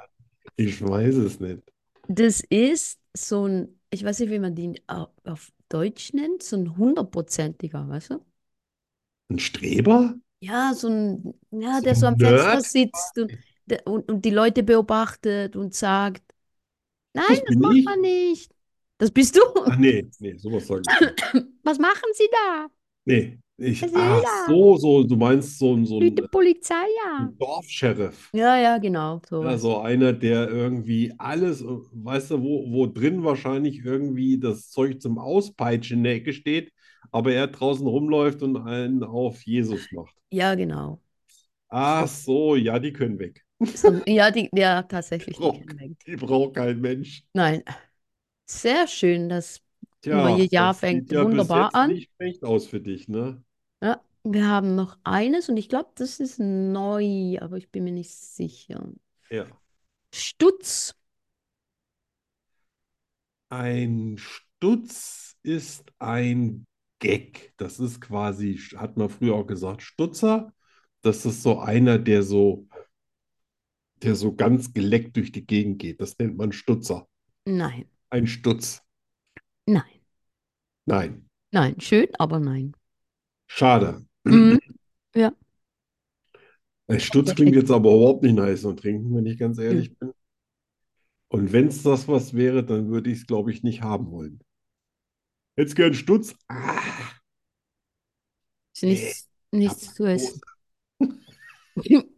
S2: ich weiß es nicht.
S1: Das ist so ein, ich weiß nicht, wie man den au- auf Deutsch nennt, so ein hundertprozentiger, weißt du?
S2: Ein Streber?
S1: Ja, so ein, ja,
S2: So
S1: der so
S2: ein
S1: am Fenster
S2: Nerd?
S1: sitzt und, der, und, und die Leute beobachtet und sagt, nein,
S2: Das
S1: das
S2: bin
S1: macht
S2: ich.
S1: man
S2: <laughs>
S1: nicht. Das bist du. <laughs>
S2: Ah, nee, nee, sowas sage ich nicht.
S1: Was machen Sie da?
S2: Nee, Ich,
S1: Das will
S2: ach
S1: er.
S2: so, so, du meinst so, ein- so
S1: Für die
S2: ein
S1: Polizei, ja.
S2: Dorfscheriff.
S1: Ja, ja, genau,
S2: Ja,
S1: sowas.
S2: so einer, der irgendwie alles, äh, weißt du, wo, wo drin wahrscheinlich irgendwie das Zeug zum Auspeitschen in der Ecke steht, aber er draußen rumläuft und einen auf Jesus macht.
S1: Ja, genau.
S2: Ach so, ja, die können weg.
S1: So, ja, die, ja, tatsächlich. Die
S2: Rock.
S1: können weg.
S2: Die braucht kein Mensch.
S1: Nein, sehr schön. Das neue
S2: Tja,
S1: Jahr
S2: das sieht
S1: fängt
S2: ja bis
S1: wunderbar
S2: jetzt
S1: an.
S2: nicht schlecht aus für dich, ne?
S1: Ja, wir haben noch eines und ich glaube, das ist neu, aber ich bin mir nicht sicher.
S2: Ja.
S1: Stutz.
S2: Ein Stutz ist ein Gag. Das ist quasi, hat man früher auch gesagt, Stutzer. Das ist so einer, der so, der so ganz geleckt durch die Gegend geht. Das nennt man Stutzer.
S1: Nein,
S2: Ein Stutz.
S1: nein,
S2: Nein.
S1: nein. Schön, aber nein.
S2: Schade.
S1: Mhm. Ja.
S2: Ein Stutz klingt
S1: Perfekt.
S2: jetzt aber überhaupt nicht nice und trinken, wenn ich ganz
S1: Nö.
S2: ehrlich bin. Und wenn es das was wäre, dann würde ich es, glaube ich, nicht haben wollen. Hättest gern Stutz? Ah,
S1: Ist
S2: nee.
S1: nichts, nichts zu essen. <laughs>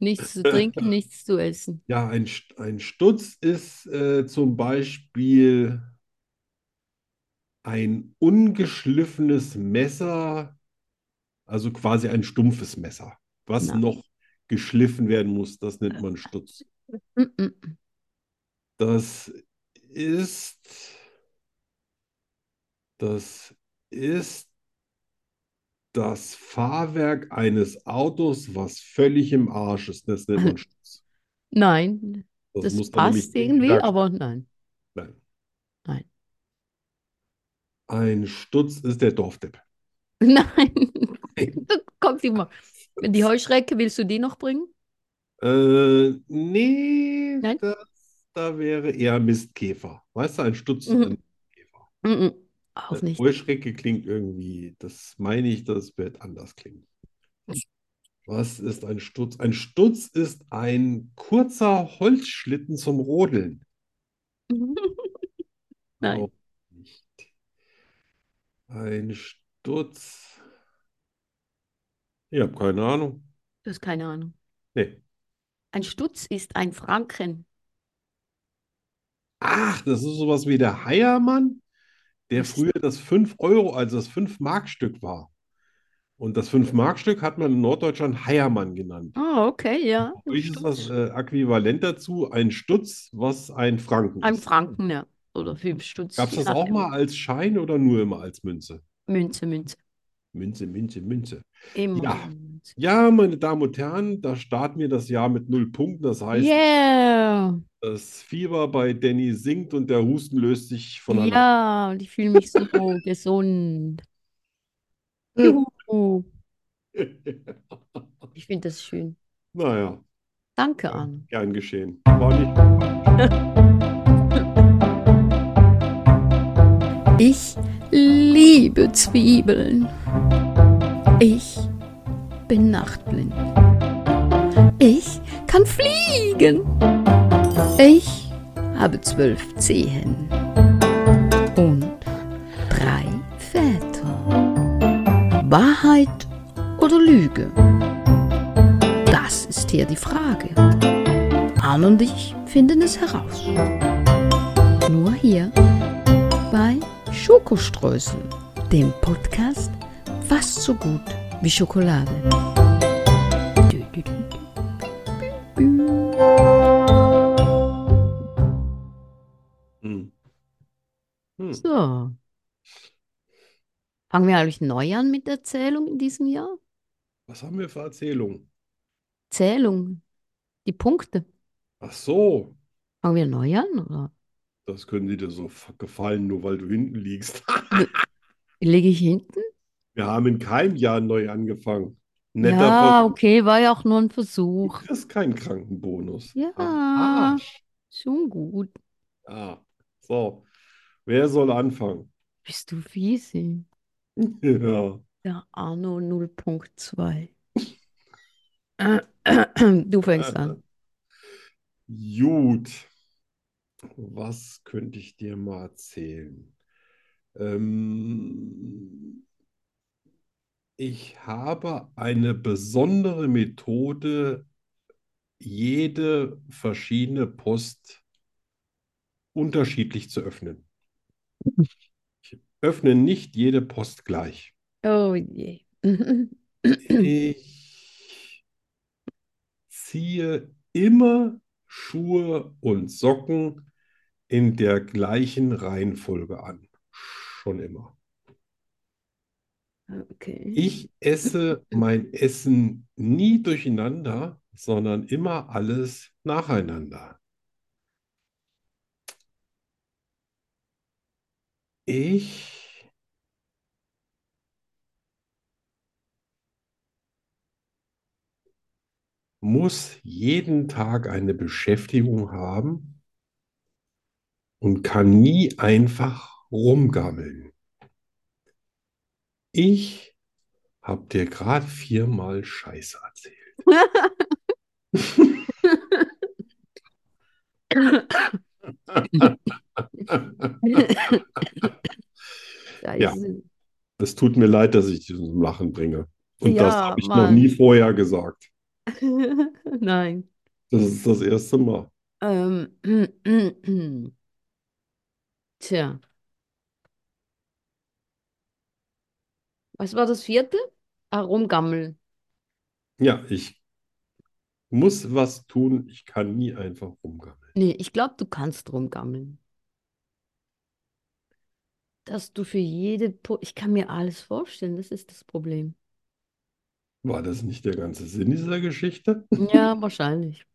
S1: Nichts zu trinken, nichts zu essen.
S2: Ja, ein, St- ein Stutz ist äh, zum Beispiel ein ungeschliffenes Messer, also quasi ein stumpfes Messer, was
S1: Na.
S2: noch geschliffen werden muss. Das nennt man Stutz.
S1: Mm, Mm-mm.
S2: Das ist, das ist das Fahrwerk eines Autos, was völlig im Arsch ist. Das
S1: <laughs>
S2: nennt man Stutz.
S1: Nein,
S2: Das
S1: das
S2: muss man nämlich
S1: passt irgendwie,
S2: hinterher
S1: aber nein, <laughs>
S2: schneiden.
S1: nein,
S2: Ein Stutz ist der Dorfdepp.
S1: nein. Da kommt immer. Die Heuschrecke, willst du die noch bringen?
S2: Äh, nee,
S1: Nein?
S2: das, da wäre eher Mistkäfer. Weißt du, ein Stutz ist ein
S1: Mhm.
S2: Mistkäfer.
S1: Mm-mm. mm, Auch
S2: Eine
S1: nicht.
S2: Heuschrecke Äh, klingt irgendwie, das meine ich, das wird anders klingen. Was ist ein Stutz? Ein Stutz ist ein kurzer Holzschlitten zum Rodeln.
S1: Nein.
S2: Auch nicht. Ein Stutz. Ich habe keine Ahnung.
S1: Du hast keine Ahnung.
S2: Nee.
S1: Ein Stutz ist ein Franken.
S2: Ach, das ist sowas wie der Heiermann, der
S1: Was ist
S2: früher das 5 Euro, also das 5-Mark-Stück war. Und das 5-Mark-Stück hat man in Norddeutschland Heiermann genannt.
S1: Ah, okay, ja. Ein
S2: Durch ist das
S1: Stutz.
S2: äh, äquivalent dazu ein Stutz, was ein Franken
S1: Ein
S2: ist.
S1: Franken, ja. Oder fünf Stutz,
S2: Gab es
S1: je
S2: das auch
S1: nachdem.
S2: mal als Schein oder nur immer als Münze?
S1: Münze, Münze.
S2: Münze, Münze, Münze.
S1: Immer
S2: Ja,
S1: nur Münze.
S2: ja, meine Damen und Herren, da starten wir das Jahr mit null Punkten. Das heißt,
S1: Yeah!
S2: das Fieber bei Danny sinkt und der Husten löst sich von allein.
S1: Ja, und ich fühle mich
S2: <laughs>
S1: so
S2: Hm.
S1: gesund. Juhu. Ich finde das schön.
S2: <laughs> Naja,
S1: Danke, Arno.
S2: gern geschehen. War nicht.
S3: Ich liebe Zwiebeln. Ich bin nachtblind. Ich kann fliegen. Ich habe zwölf Zehen und drei Väter. Wahrheit oder Lüge? Das ist hier die Frage. Arne und ich finden es heraus. Nur hier bei Schokoströßen, dem Podcast fast so gut wie Schokolade. Dü, dü, dü.
S2: Hm. Hm.
S1: So. Fangen wir eigentlich neu an mit der Zählung in diesem Jahr?
S2: Was haben wir für Erzählungen?
S1: Zählung, die Punkte.
S2: Ach so,
S1: Fangen wir neu an, oder?
S2: das können die dir so f- gefallen, nur weil du hinten liegst. <laughs>
S1: Lege ich hinten?
S2: Wir haben in keinem Jahr neu angefangen. Netter
S1: Ja,
S2: Versuch.
S1: okay, war ja auch nur ein
S2: Du
S1: Versuch.
S2: kriegst keinen Krankenbonus. Am
S1: Ja,
S2: Arsch.
S1: schon gut.
S2: Ja. So, wer soll anfangen? <laughs>
S1: Bist du fiesig?
S2: Ja.
S1: Der Arno 0.2. Du fängst
S2: Also.
S1: an.
S2: Gut, was könnte ich dir mal erzählen? Ähm, Ich habe eine besondere Methode, jede verschiedene Post unterschiedlich zu öffnen. Ich öffne nicht jede Post gleich.
S1: Oh je. <laughs>
S2: Ich ziehe immer Schuhe und Socken in der gleichen Reihenfolge an. Schon immer.
S1: Okay.
S2: Ich esse mein Essen nie durcheinander, sondern immer alles nacheinander. Ich muss jeden Tag eine Beschäftigung haben und kann nie einfach rumgammeln. Ich habe dir gerade viermal Scheiße erzählt.
S1: Scheiße.
S2: Es tut mir leid, dass ich dich zum Lachen bringe. Und das
S1: Ja,
S2: habe ich noch
S1: Mann.
S2: nie vorher gesagt.
S1: <laughs> Nein.
S2: Das ist das erste Mal.
S1: Ähm, <clears throat> Tja. Was war das vierte? Ah, rumgammeln.
S2: Ja, ich muss was tun. Ich kann nie einfach rumgammeln.
S1: Nee, ich glaube, du kannst rumgammeln. Dass du für jede... Po ich kann mir alles vorstellen, das ist das Problem.
S2: War das nicht der ganze Sinn dieser Geschichte?
S1: Ja, wahrscheinlich.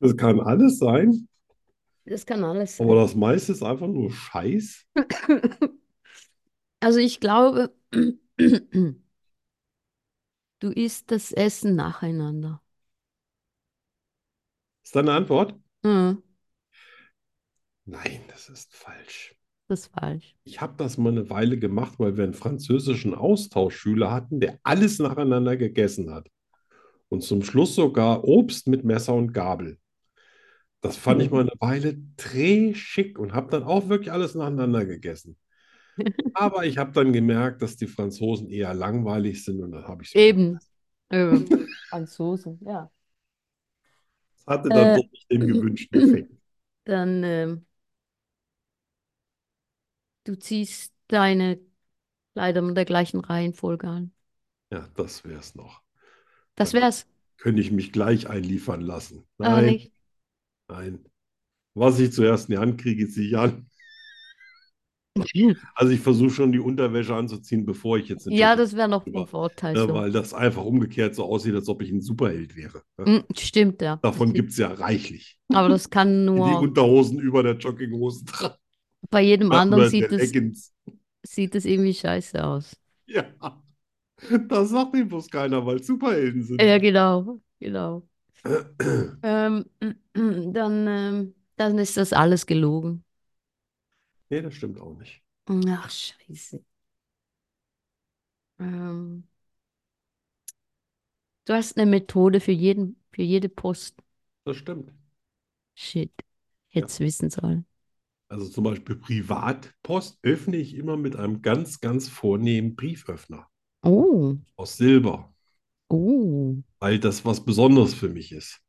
S2: Das kann alles sein,
S1: Das kann alles sein.
S2: aber das meiste ist einfach nur Scheiß.
S1: Also ich glaube, du isst das Essen nacheinander.
S2: Ist deine Antwort?
S1: <clears throat> Ja,
S2: Nein, das ist falsch.
S1: das ist falsch.
S2: Ich habe das mal eine Weile gemacht, weil wir einen französischen Austauschschüler hatten, der alles nacheinander gegessen hat. Und zum Schluss sogar Obst mit Messer und Gabel. Das fand
S1: Mhm.
S2: ich mal eine Weile schick und habe dann auch wirklich alles
S1: <laughs>
S2: nacheinander gegessen. Aber ich habe dann gemerkt, dass die Franzosen eher langweilig sind und dann habe ich es
S1: Eben. Ähm, Franzosen, ja.
S2: hatte dann
S1: Äh.
S2: doch nicht den gewünschten Effekt.
S1: <laughs> Dann, ähm, du ziehst deine Kleider mit der gleichen Reihenfolge an.
S2: Ja, das wäre es noch.
S1: Das wär's.
S2: Könnte ich mich gleich einliefern lassen.
S1: Ah,
S2: Nein,
S1: nicht.
S2: nein. Was ich zuerst in die Hand kriege, ziehe ich
S1: <laughs>
S2: an. Also ich versuche schon die Unterwäsche anzuziehen, bevor ich jetzt den
S1: Ja,
S2: Job
S1: das wäre noch
S2: Aber,
S1: ein Vorteil
S2: mache, ne,
S1: so.
S2: weil das einfach umgekehrt so aussieht, als ob ich ein Superheld wäre. ne?
S1: Hm, stimmt, ja.
S2: Davon gibt es ja reichlich.
S1: Aber das kann
S2: <laughs> Die
S1: nur
S2: Unterhosen über der Jogginghose dran
S1: bei jedem anderen
S2: oder der
S1: sieht es,
S2: Leggings.
S1: sieht es irgendwie scheiße aus.
S2: Ja, das sagt mir bloß keiner, weil es Superhelden sind.
S1: Ja, genau,
S2: <clears throat>
S1: genau. Ähm, <clears throat> dann, ähm, dann ist das alles gelogen.
S2: Nee, das stimmt auch nicht.
S1: Ach, scheiße. Ähm, du hast eine Methode für jeden, für jede Post.
S2: Das stimmt.
S1: Shit. Hätt's wissen sollen.
S2: Also zum Beispiel Privatpost öffne ich immer mit einem ganz, ganz vornehmen Brieföffner
S1: Oh,
S2: aus Silber,
S1: oh.
S2: weil das was Besonderes für mich ist.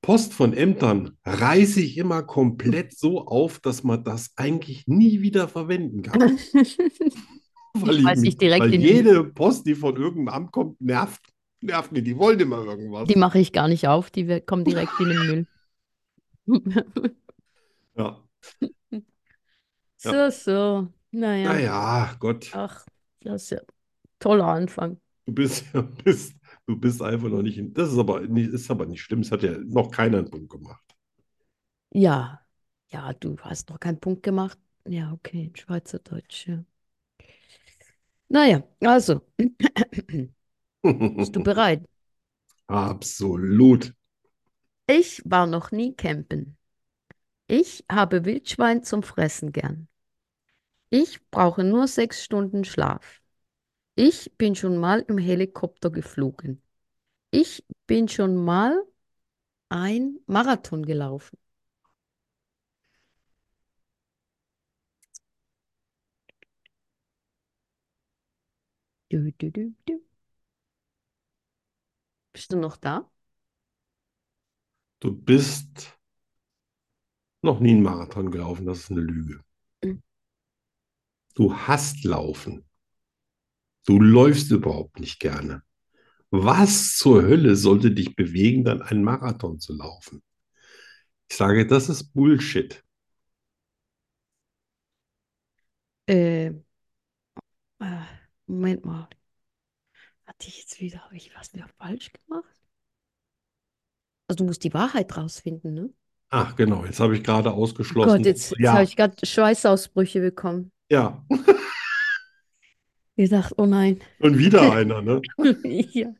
S2: Post von Ämtern reiße ich immer komplett so auf, dass man das eigentlich nie wieder verwenden kann. Weil, ich
S1: schmeiß
S2: mich,
S1: <laughs> ich direkt
S2: weil
S1: in die-
S2: jede Post, die von irgendeinem Amt kommt, nervt, nervt mich. Die wollen immer irgendwas.
S1: Die mache ich gar nicht auf, die wir- kommen direkt in den Müll.
S2: Ja.
S1: So, so. Naja.
S2: Naja, Gott.
S1: Ach, das ist ja ein toller Anfang.
S2: Du bist, <laughs> du bist, du bist einfach noch nicht in. Das ist aber nicht, ist aber nicht schlimm. Es hat ja noch keiner einen Punkt gemacht.
S1: Ja, ja, du hast noch keinen Punkt gemacht. Ja, okay, Schweizerdeutsch. Ja. Naja, also,
S2: <laughs>
S1: bist du bereit?
S2: Absolut.
S1: Ich war noch nie campen. Ich habe Wildschwein zum Fressen gern. Ich brauche nur sechs Stunden Schlaf. Ich bin schon mal im Helikopter geflogen. Ich bin schon mal ein Marathon gelaufen. Du, du, du, du. Bist du noch da?
S2: Du bist noch nie einen Marathon gelaufen, das ist eine Lüge.
S1: Mhm.
S2: Du hasst Laufen. Du läufst überhaupt nicht gerne. Was zur Hölle sollte dich bewegen, dann einen Marathon zu laufen? Ich sage, das ist Bullshit.
S1: Äh, äh, Moment mal. Hatte ich jetzt wieder, habe ich was wieder falsch gemacht? Also du musst die Wahrheit rausfinden, ne?
S2: Ach, genau, jetzt habe ich gerade ausgeschlossen.
S1: Oh Gott, jetzt, jetzt
S2: ja,
S1: habe ich gerade Schweißausbrüche bekommen.
S2: ja.
S1: Ich dachte, oh nein. <laughs>
S2: Und wieder einer, ne?
S1: Ja.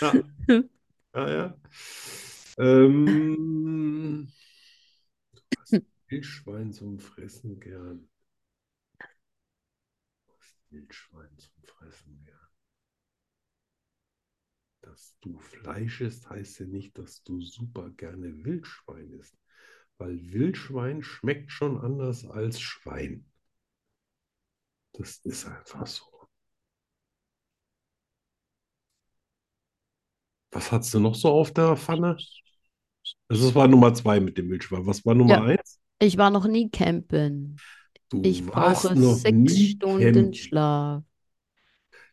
S2: Ja, ja, ja. Ähm, was Wildschwein zum Fressen gern. Was Wildschwein zum Fressen gern. Dass du Fleisch isst, heißt ja nicht, dass du super gerne Wildschwein isst. Weil Wildschwein schmeckt schon anders als Schwein. Das ist einfach so. Was hattest du noch so auf der Pfanne? Also das war Nummer zwei mit dem Wildschwein. Was war Nummer
S1: Ja.
S2: eins?
S1: Ich war noch nie campen.
S2: Du
S1: Ich
S2: warst
S1: brauche
S2: noch
S1: sechs
S2: nie
S1: Stunden
S2: campen.
S1: Schlaf.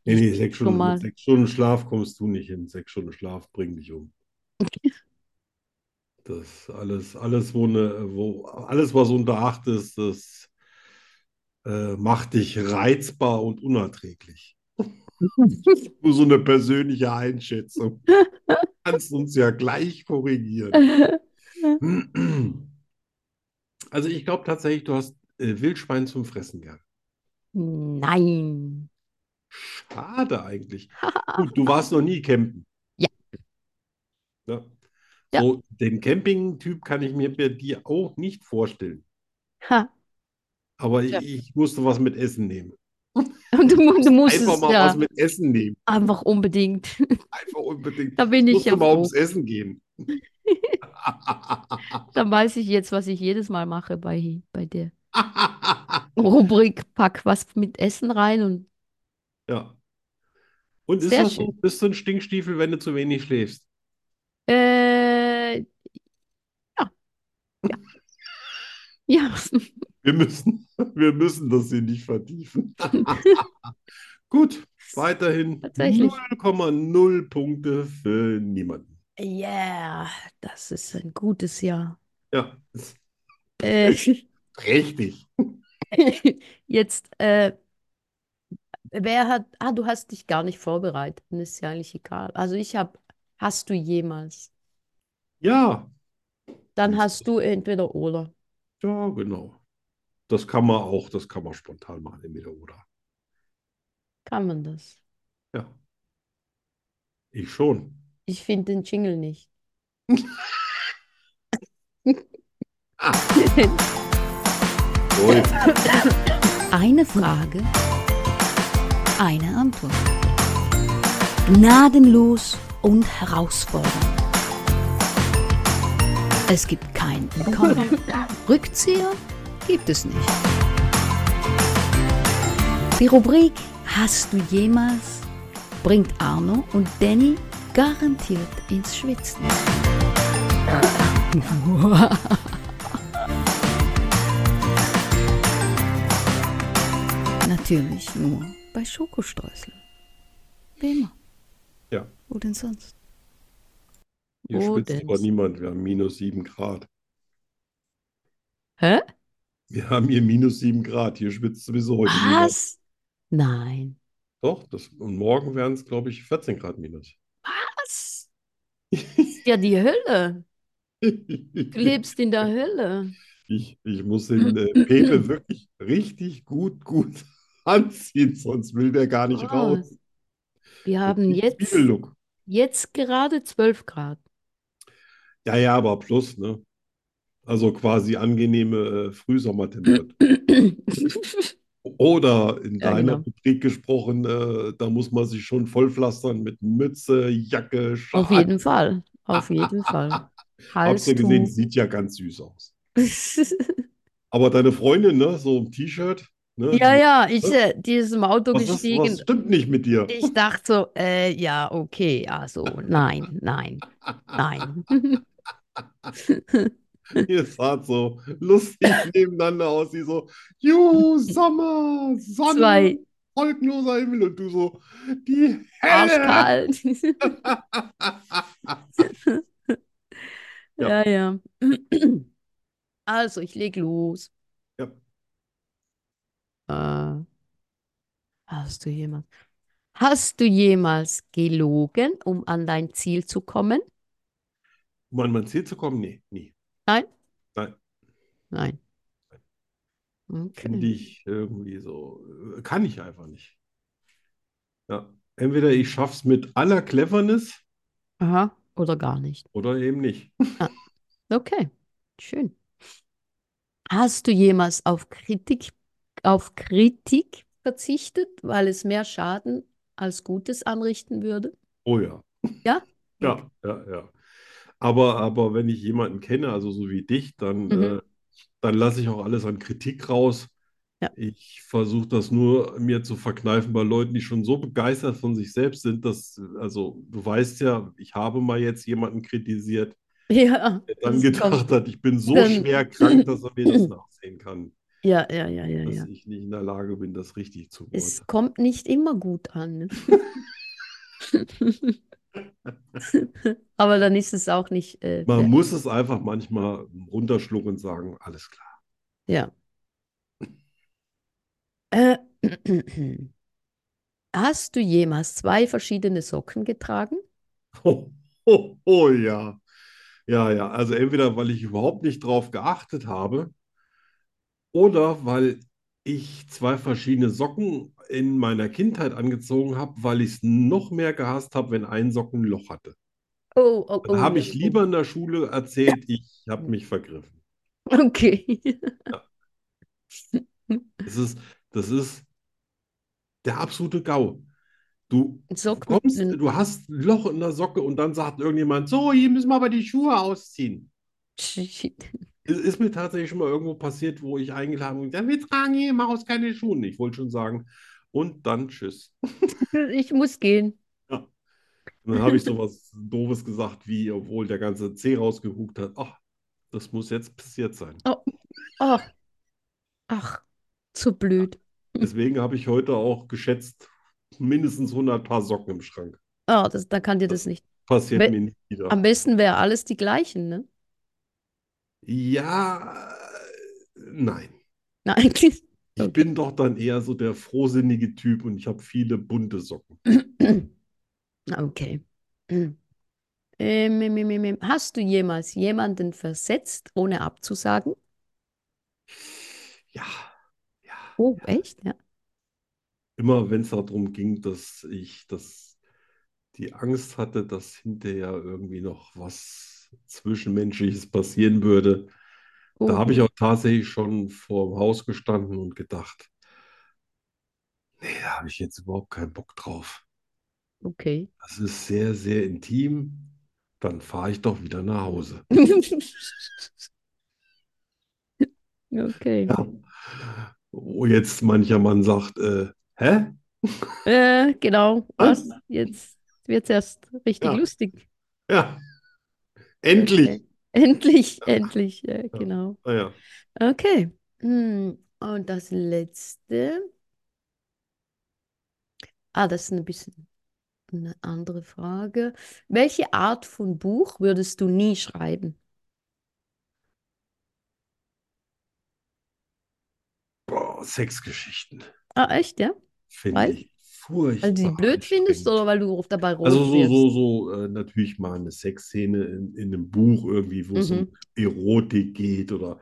S2: Nee,
S1: Ich
S2: nee,
S1: bin
S2: sechs
S1: schon
S2: Stunden, mit
S1: mal.
S2: sechs Stunden Schlaf kommst du nicht hin. Sechs Stunden Schlaf bring
S1: <laughs>
S2: dich um. Das alles, alles, wo ne, wo, alles, was unter acht ist, das äh, macht dich reizbar und
S1: <laughs>
S2: unerträglich. Nur so eine
S1: <laughs>
S2: persönliche Einschätzung. Kannst uns ja gleich korrigieren. Also ich glaube tatsächlich, du hast äh, Wildschwein zum Fressen gern.
S1: Nein. <laughs>
S2: Schade eigentlich. Gut, du warst noch nie campen.
S1: Ja.
S2: Ne?
S1: Ja.
S2: So, den Camping-Typ kann ich mir bei dir auch nicht vorstellen.
S1: Ha.
S2: Aber ich,
S1: Ja.
S2: ich musste was mit Essen nehmen.
S1: Und du, mu- du musst
S2: Einfach
S1: es
S2: mal was
S1: ja
S2: mit Essen nehmen.
S1: einfach unbedingt. <laughs>
S2: Einfach unbedingt.
S1: Da bin ich
S2: Musste
S1: ja
S2: mal
S1: froh.
S2: ums
S1: <laughs>
S2: Essen gehen. <laughs>
S1: Dann weiß ich jetzt, was ich jedes Mal mache bei, bei der Rubrik. Pack was mit Essen rein und
S2: Ja. Und ist
S1: sehr
S2: das so,
S1: schön.
S2: bist du ein Stinkstiefel, wenn du zu wenig schläfst?
S1: Äh, <laughs> ja.
S2: Wir müssen, <laughs> wir müssen das hier nicht vertiefen. <laughs> Gut, weiterhin
S1: Tatsächlich.
S2: 0,0 Punkte für niemanden.
S1: Yeah, das ist ein gutes Jahr.
S2: Ja,
S1: <laughs> Äh,
S2: richtig.
S1: jetzt, äh, wer hat, ah, du hast dich gar nicht vorbereitet, dann ist ja eigentlich egal. Also ich habe, hast du jemals?
S2: Ja,
S1: Dann hast du entweder oder.
S2: ja, genau. Das kann man auch, das kann man spontan machen, entweder oder.
S1: Kann man das?
S2: Ja, ich schon.
S1: Ich finde den Jingle nicht.
S2: Ui.
S3: Eine Frage, eine Antwort. Gnadenlos und herausfordernd. Es gibt kein Entkommen. Rückzieher gibt es nicht. Die Rubrik Hast du jemals bringt Arno und Danny garantiert ins Schwitzen. Natürlich nur bei Schokostreuseln. Wie immer.
S2: Ja,
S3: Wo denn sonst?
S2: hier
S1: Oh,
S2: schwitzt aber
S1: Dennis.
S2: niemand. Wir haben minus sieben Grad.
S1: Hä?
S2: Wir haben hier minus sieben Grad. Hier schwitzt sowieso heute
S1: Ah,
S2: niemand.
S1: Was? Nein.
S2: Doch, das, und morgen wären es, glaube ich, 14 Grad minus.
S1: Was? Ist ja die Hölle. Du lebst in der Hölle.
S2: <laughs> Ich, ich muss den äh, Pepe wirklich richtig gut, gut <laughs> anziehen, sonst will der gar nicht raus.
S1: Was? Wir Oh, haben jetzt,
S2: Spiegellook.
S1: jetzt gerade 12
S2: <clears throat>
S1: Grad.
S2: Ja, ja, aber plus, ne? Also quasi angenehme äh, Frühsommertemperatur. Oder in
S1: Ja,
S2: deiner
S1: genau.
S2: Rubrik gesprochen, äh, da muss man sich schon vollpflastern mit Mütze, Jacke,
S1: Auf
S2: Schal.
S1: jeden Fall.
S2: Ah,
S1: Auf jeden Fall.
S2: Habt ihr gesehen,
S1: Halstuch.
S2: sieht ja ganz süß aus. Aber deine Freundin, ne? So im T-Shirt. Ne?
S1: <laughs> Ja, ja, ich äh, die ist im Auto
S2: was, was, was
S1: gestiegen.
S2: stimmt nicht
S1: <laughs>
S2: mit dir?
S1: Ich dachte so, äh, ja, okay, also nein, nein, nein.
S2: Ihr saht so
S1: <laughs>
S2: lustig nebeneinander aus, die so, Juhu, Sommer, Sonne,
S1: Zwei
S2: wolkenloser Himmel und du so, die Hölle.
S1: arschkalt.
S2: <laughs> Ja.
S1: Ja, ja. <clears throat> Also, ich leg los.
S2: Ja.
S1: Äh, hast du jemals, hast du jemals gelogen, um an dein Ziel zu kommen?
S2: Um an mein Ziel zu kommen? Nee, nie.
S1: Nein.
S2: Finde
S1: Okay.
S2: ich irgendwie so, äh, kann ich einfach nicht. Ja, entweder ich schaff's mit aller Cleverness
S1: Aha. Oder gar nicht.
S2: oder eben nicht.
S1: Okay. Schön. Hast du jemals auf Kritik, auf Kritik verzichtet, weil es mehr Schaden als Gutes anrichten würde? <laughs>
S2: Oh ja.
S1: Ja?
S2: Ja, ja, ja. Aber, aber wenn ich jemanden kenne, also so wie dich, dann,
S1: Mhm.
S2: äh, dann lasse ich auch alles an Kritik raus.
S1: Ja.
S2: Ich versuche das nur mir zu verkneifen bei Leuten, die schon so begeistert von sich selbst sind, dass, also du weißt ja, ich habe mal jetzt jemanden kritisiert,
S1: Ja,
S2: der dann
S1: das
S2: gedacht
S1: kommt.
S2: hat, ich bin so
S1: Dann-
S2: schwer krank, dass er mir
S1: <laughs>
S2: das nachsehen kann,
S1: Ja, ja, ja, ja,
S2: dass
S1: ja.
S2: ich nicht in der Lage bin, das richtig zu
S1: Es
S2: beurteilen.
S1: kommt nicht immer gut an.
S2: <laughs>
S1: ne? Aber dann ist es auch nicht äh,
S2: Man
S1: fair.
S2: muss es einfach manchmal runterschlucken und sagen, alles klar.
S1: Ja. Äh, <clears throat> hast du jemals zwei verschiedene Socken getragen?
S2: Oh, oh, <laughs> oh ja. Ja, ja. Also entweder, weil ich überhaupt nicht drauf geachtet habe oder weil ich zwei verschiedene Socken in meiner Kindheit angezogen habe, weil ich es noch mehr gehasst habe, wenn ein Socken ein Loch hatte.
S1: Oh, oh,
S2: Dann
S1: oh,
S2: habe
S1: ja,
S2: ich lieber in der Schule erzählt, ich habe mich vergriffen.
S1: oh. Okay.
S2: Das ist, das ist der absolute GAU. Du
S1: Socken.
S2: kommst, du hast ein Loch in der Socke und dann sagt irgendjemand, so, hier müssen wir aber die Schuhe ausziehen.
S1: Shit.
S2: Es ist mir tatsächlich schon mal irgendwo passiert, wo ich eingeladen wurde und gesagt, wir tragen hier im Haus keine Schuhe. Und Ich wollte schon sagen, und dann tschüss.
S1: <laughs> Ich muss gehen.
S2: Und dann habe
S1: <laughs>
S2: ich sowas Doofes gesagt, wie, obwohl der ganze Zeh rausgehuckt hat, ach, das muss jetzt passiert sein.
S1: Oh, ach, zu blöd.
S2: Deswegen habe ich heute auch geschätzt mindestens 100 Paar Socken im Schrank.
S1: Oh, das, dann kann dir das nicht.
S2: Passiert
S1: Wel-
S2: mir nie wieder.
S1: Am besten wäre alles die gleichen, ne?
S2: Ja, äh, nein.
S1: Nein. <laughs>
S2: Ich
S1: Okay.
S2: bin doch dann eher so der frohsinnige Typ und ich habe viele bunte Socken.
S1: <clears throat> Ah, Okay. <clears throat> Ähm, ähm, ähm, ähm, Hast du jemals jemanden versetzt, ohne abzusagen?
S2: Ja, ja.
S1: Oh, echt? Ja.
S2: Immer wenn es darum ging, dass ich das, die Angst hatte, dass hinterher irgendwie noch was Zwischenmenschliches passieren würde, da
S1: Oh,
S2: habe ich auch tatsächlich schon vor dem Haus gestanden und gedacht, nee, da habe ich jetzt überhaupt keinen Bock drauf.
S1: okay. <laughs>
S2: Das ist sehr, sehr intim. Dann fahre ich doch wieder nach Hause.
S1: Okay.
S2: Ja. Wo jetzt mancher Mann sagt, äh, hä?
S1: Äh, genau.
S2: Was?
S1: Was? Jetzt wird's erst richtig
S2: Ja.
S1: lustig. <laughs>
S2: Ja, endlich.
S1: Okay. Endlich, endlich. Ja, genau.
S2: Ah, ja.
S1: Okay. Hm, Und das letzte. Ah, das ist ein bisschen eine andere Frage. Welche Art von Buch würdest du nie schreiben?
S2: Boah, Sexgeschichten
S1: Ah, echt, ja?
S2: finde
S1: Weil?
S2: ich
S1: Weil du sie
S2: furchtbar
S1: blöd findest oder
S2: anstrengend.
S1: weil du dabei
S2: Also
S1: rot
S2: so,
S1: wirst?
S2: so, so, äh, natürlich mal eine Sexszene in, in einem Buch irgendwie, wo es um
S1: Mhm.
S2: Erotik geht oder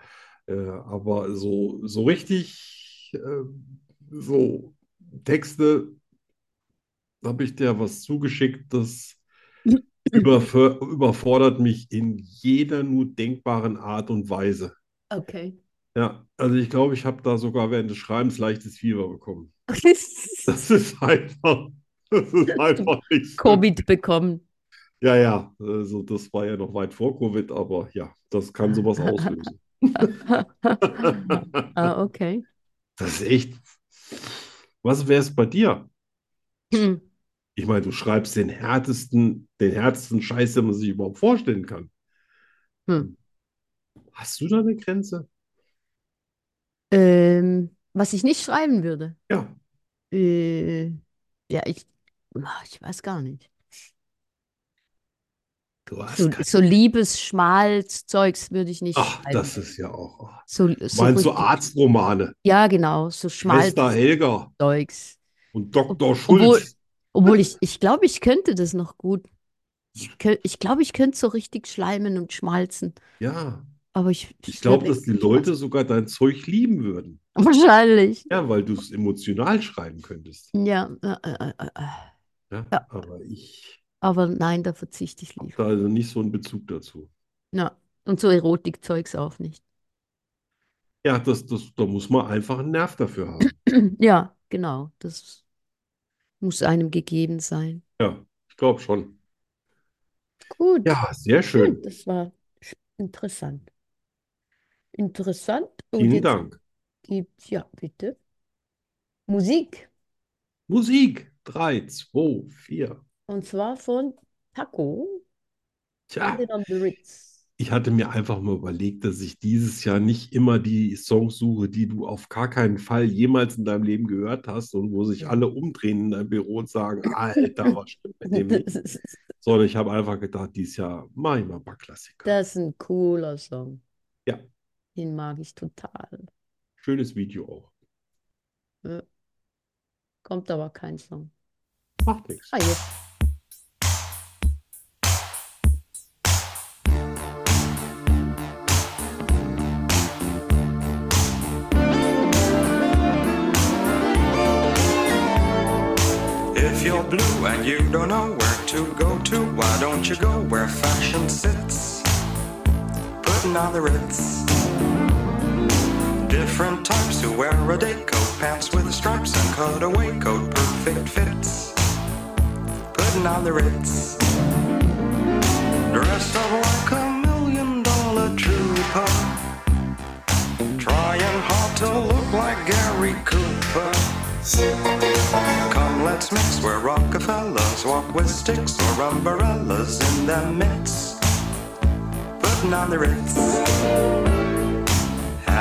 S2: äh, aber so, so richtig äh, so Texte habe ich dir was
S1: <clears throat>
S2: zugeschickt, das überför- überfordert mich in jeder nur denkbaren Art und Weise.
S1: Okay.
S2: Ja, also ich glaube, ich habe da sogar während des Schreibens leichtes Fieber bekommen. Das ist einfach, das ist einfach nicht
S1: <laughs>
S2: so.
S1: Covid bekommen.
S2: Ja, ja, also das war ja noch weit vor
S1: <laughs>
S2: Covid, aber ja, das kann sowas auslösen.
S1: Ah, okay.
S2: Das ist echt. Was wäre es bei dir?
S1: Hm.
S2: Ich meine, du schreibst den härtesten, den härtesten Scheiß, den man sich überhaupt vorstellen kann.
S1: Hm.
S2: Hast du da eine Grenze?
S1: <clears throat> Ähm, was ich nicht schreiben würde.
S2: Ja.
S1: Äh, ja, ich, ah, ich weiß gar nicht.
S2: Du hast
S1: So,
S2: keine.
S1: so Liebesschmalz Zeugs würde ich nicht
S2: Ach,
S1: schreiben.
S2: das ist ja auch. ach.
S1: So, so
S2: Meinst du
S1: richtig-
S2: Arztromane?
S1: Ja, genau, so schmalz
S2: Schwester Helga
S1: Zeugs.
S2: und Dr.
S1: Obwohl,
S2: Schulz.
S1: obwohl ich, ich glaube, ich könnte das noch gut. Ich, kö ich glaube, ich könnte so richtig schleimen und schmalzen.
S2: Ja.
S1: Aber ich,
S2: Ich
S1: mir
S2: glaube,
S1: wär-
S2: dass die halt Leute sogar dein Zeug lieben würden.
S1: <laughs> Wahrscheinlich.
S2: Ja, weil du es emotional schreiben könntest.
S1: Ja, äh, äh, äh, äh.
S2: Ja,
S1: Ja.
S2: aber ich
S1: aber nein, da verzichte ich
S2: habe
S1: lieber.
S2: da also nicht so einen Bezug dazu.
S1: Ja. Und so Erotikzeugs auch nicht. <clears throat>
S2: Ja, das, das, da muss man einfach einen Nerv dafür <clears throat> haben.
S1: Ja, genau. Das muss einem gegeben sein.
S2: Ja, ich glaube schon.
S1: Gut.
S2: Ja, sehr
S1: Schön,
S2: schön.
S1: das war sch- interessant. Interessant. Und
S2: Vielen
S1: jetzt
S2: Dank.
S1: gibt's, ja, bitte. Musik.
S2: Musik. Drei, zwei, vier.
S1: Und zwar von Taco. Put
S2: Tja,
S1: it on the Ritz.
S2: ich hatte mir einfach mal überlegt, dass ich dieses Jahr nicht immer die Songs suche, die du auf gar keinen Fall jemals in deinem Leben gehört hast und wo sich alle umdrehen in deinem Büro und sagen, <laughs> Alter, was stimmt mit dem
S1: <laughs>
S2: nicht?
S1: Das ist,
S2: Sondern ich habe einfach gedacht, dieses Jahr mache ich mal ein paar Klassiker.
S1: das ist ein cooler Song.
S2: Ja,
S1: Den mag ich total.
S2: schönes Video auch.
S1: Ja, kommt aber kein Song.
S2: Macht nichts.
S1: Ah, jetzt.
S4: If you're blue and you don't know where to go to, why don't you go where fashion sits? Putting on the ritz. Different types who wear a day coat, pants with stripes and cutaway coat, perfect fits. Putting on the ritz. Dressed up like a million dollar trooper. Trying hard to look like Gary Cooper. Come, let's mix where Rockefellers walk with sticks or umbrellas in their midst. Putting on the ritz.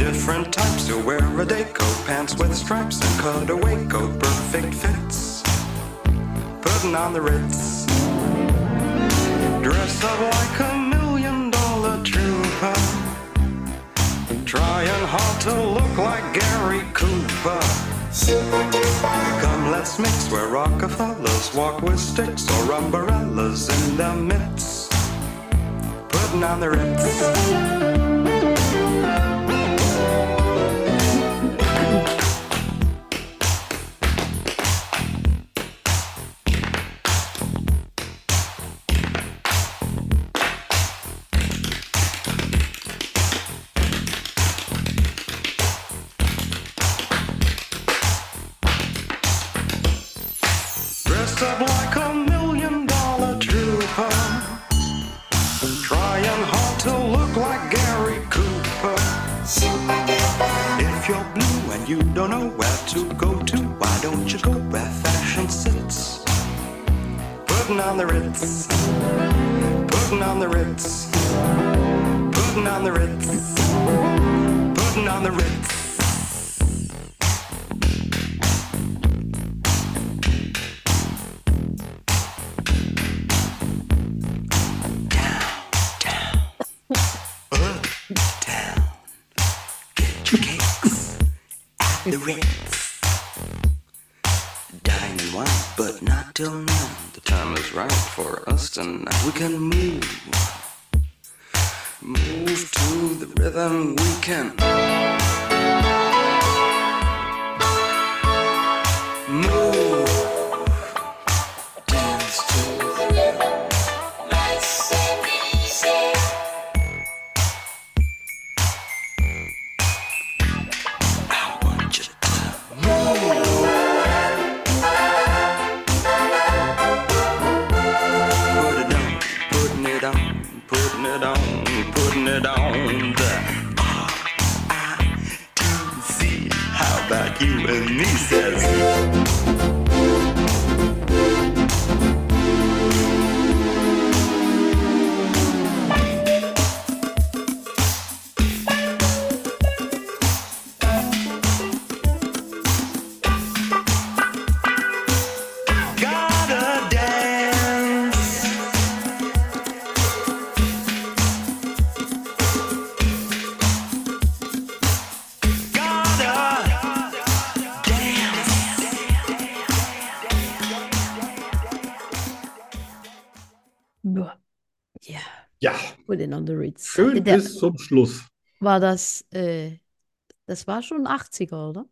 S4: Different types who wear a day coat, pants with stripes and cutaway coat, perfect fits. Putting on the ritz. Dress up like a million dollar trooper. Trying hard to look like Gary Cooper. Come, let's mix where Rockefellers walk with sticks or umbrellas in their midst. Putting on the ritz. Dressed up like a million dollar trooper. Trying hard to look like Gary Cooper. If you're blue and you don't know where to go to, why don't you go where fashion sits? Putting on the ritz. Putting on the ritz. Putting on the ritz. Putting on the ritz. Get your cakes at the Ritz. Dine and wine, but not till noon. The time is right for us tonight. We can move, move to the rhythm we can. Move. Dance to the rhythm. Nice and easy. I want you to Put it on, putting it on, putting it on, putting it on the R-I-T-Z. How about you and me, says Gotta dance. Gotta dance.
S1: Ja, Ja,
S2: Ja,
S1: put it on the Ritz.
S2: schön
S1: Der-
S2: bis zum Schluss.
S1: War das, äh, das war schon 80er, oder?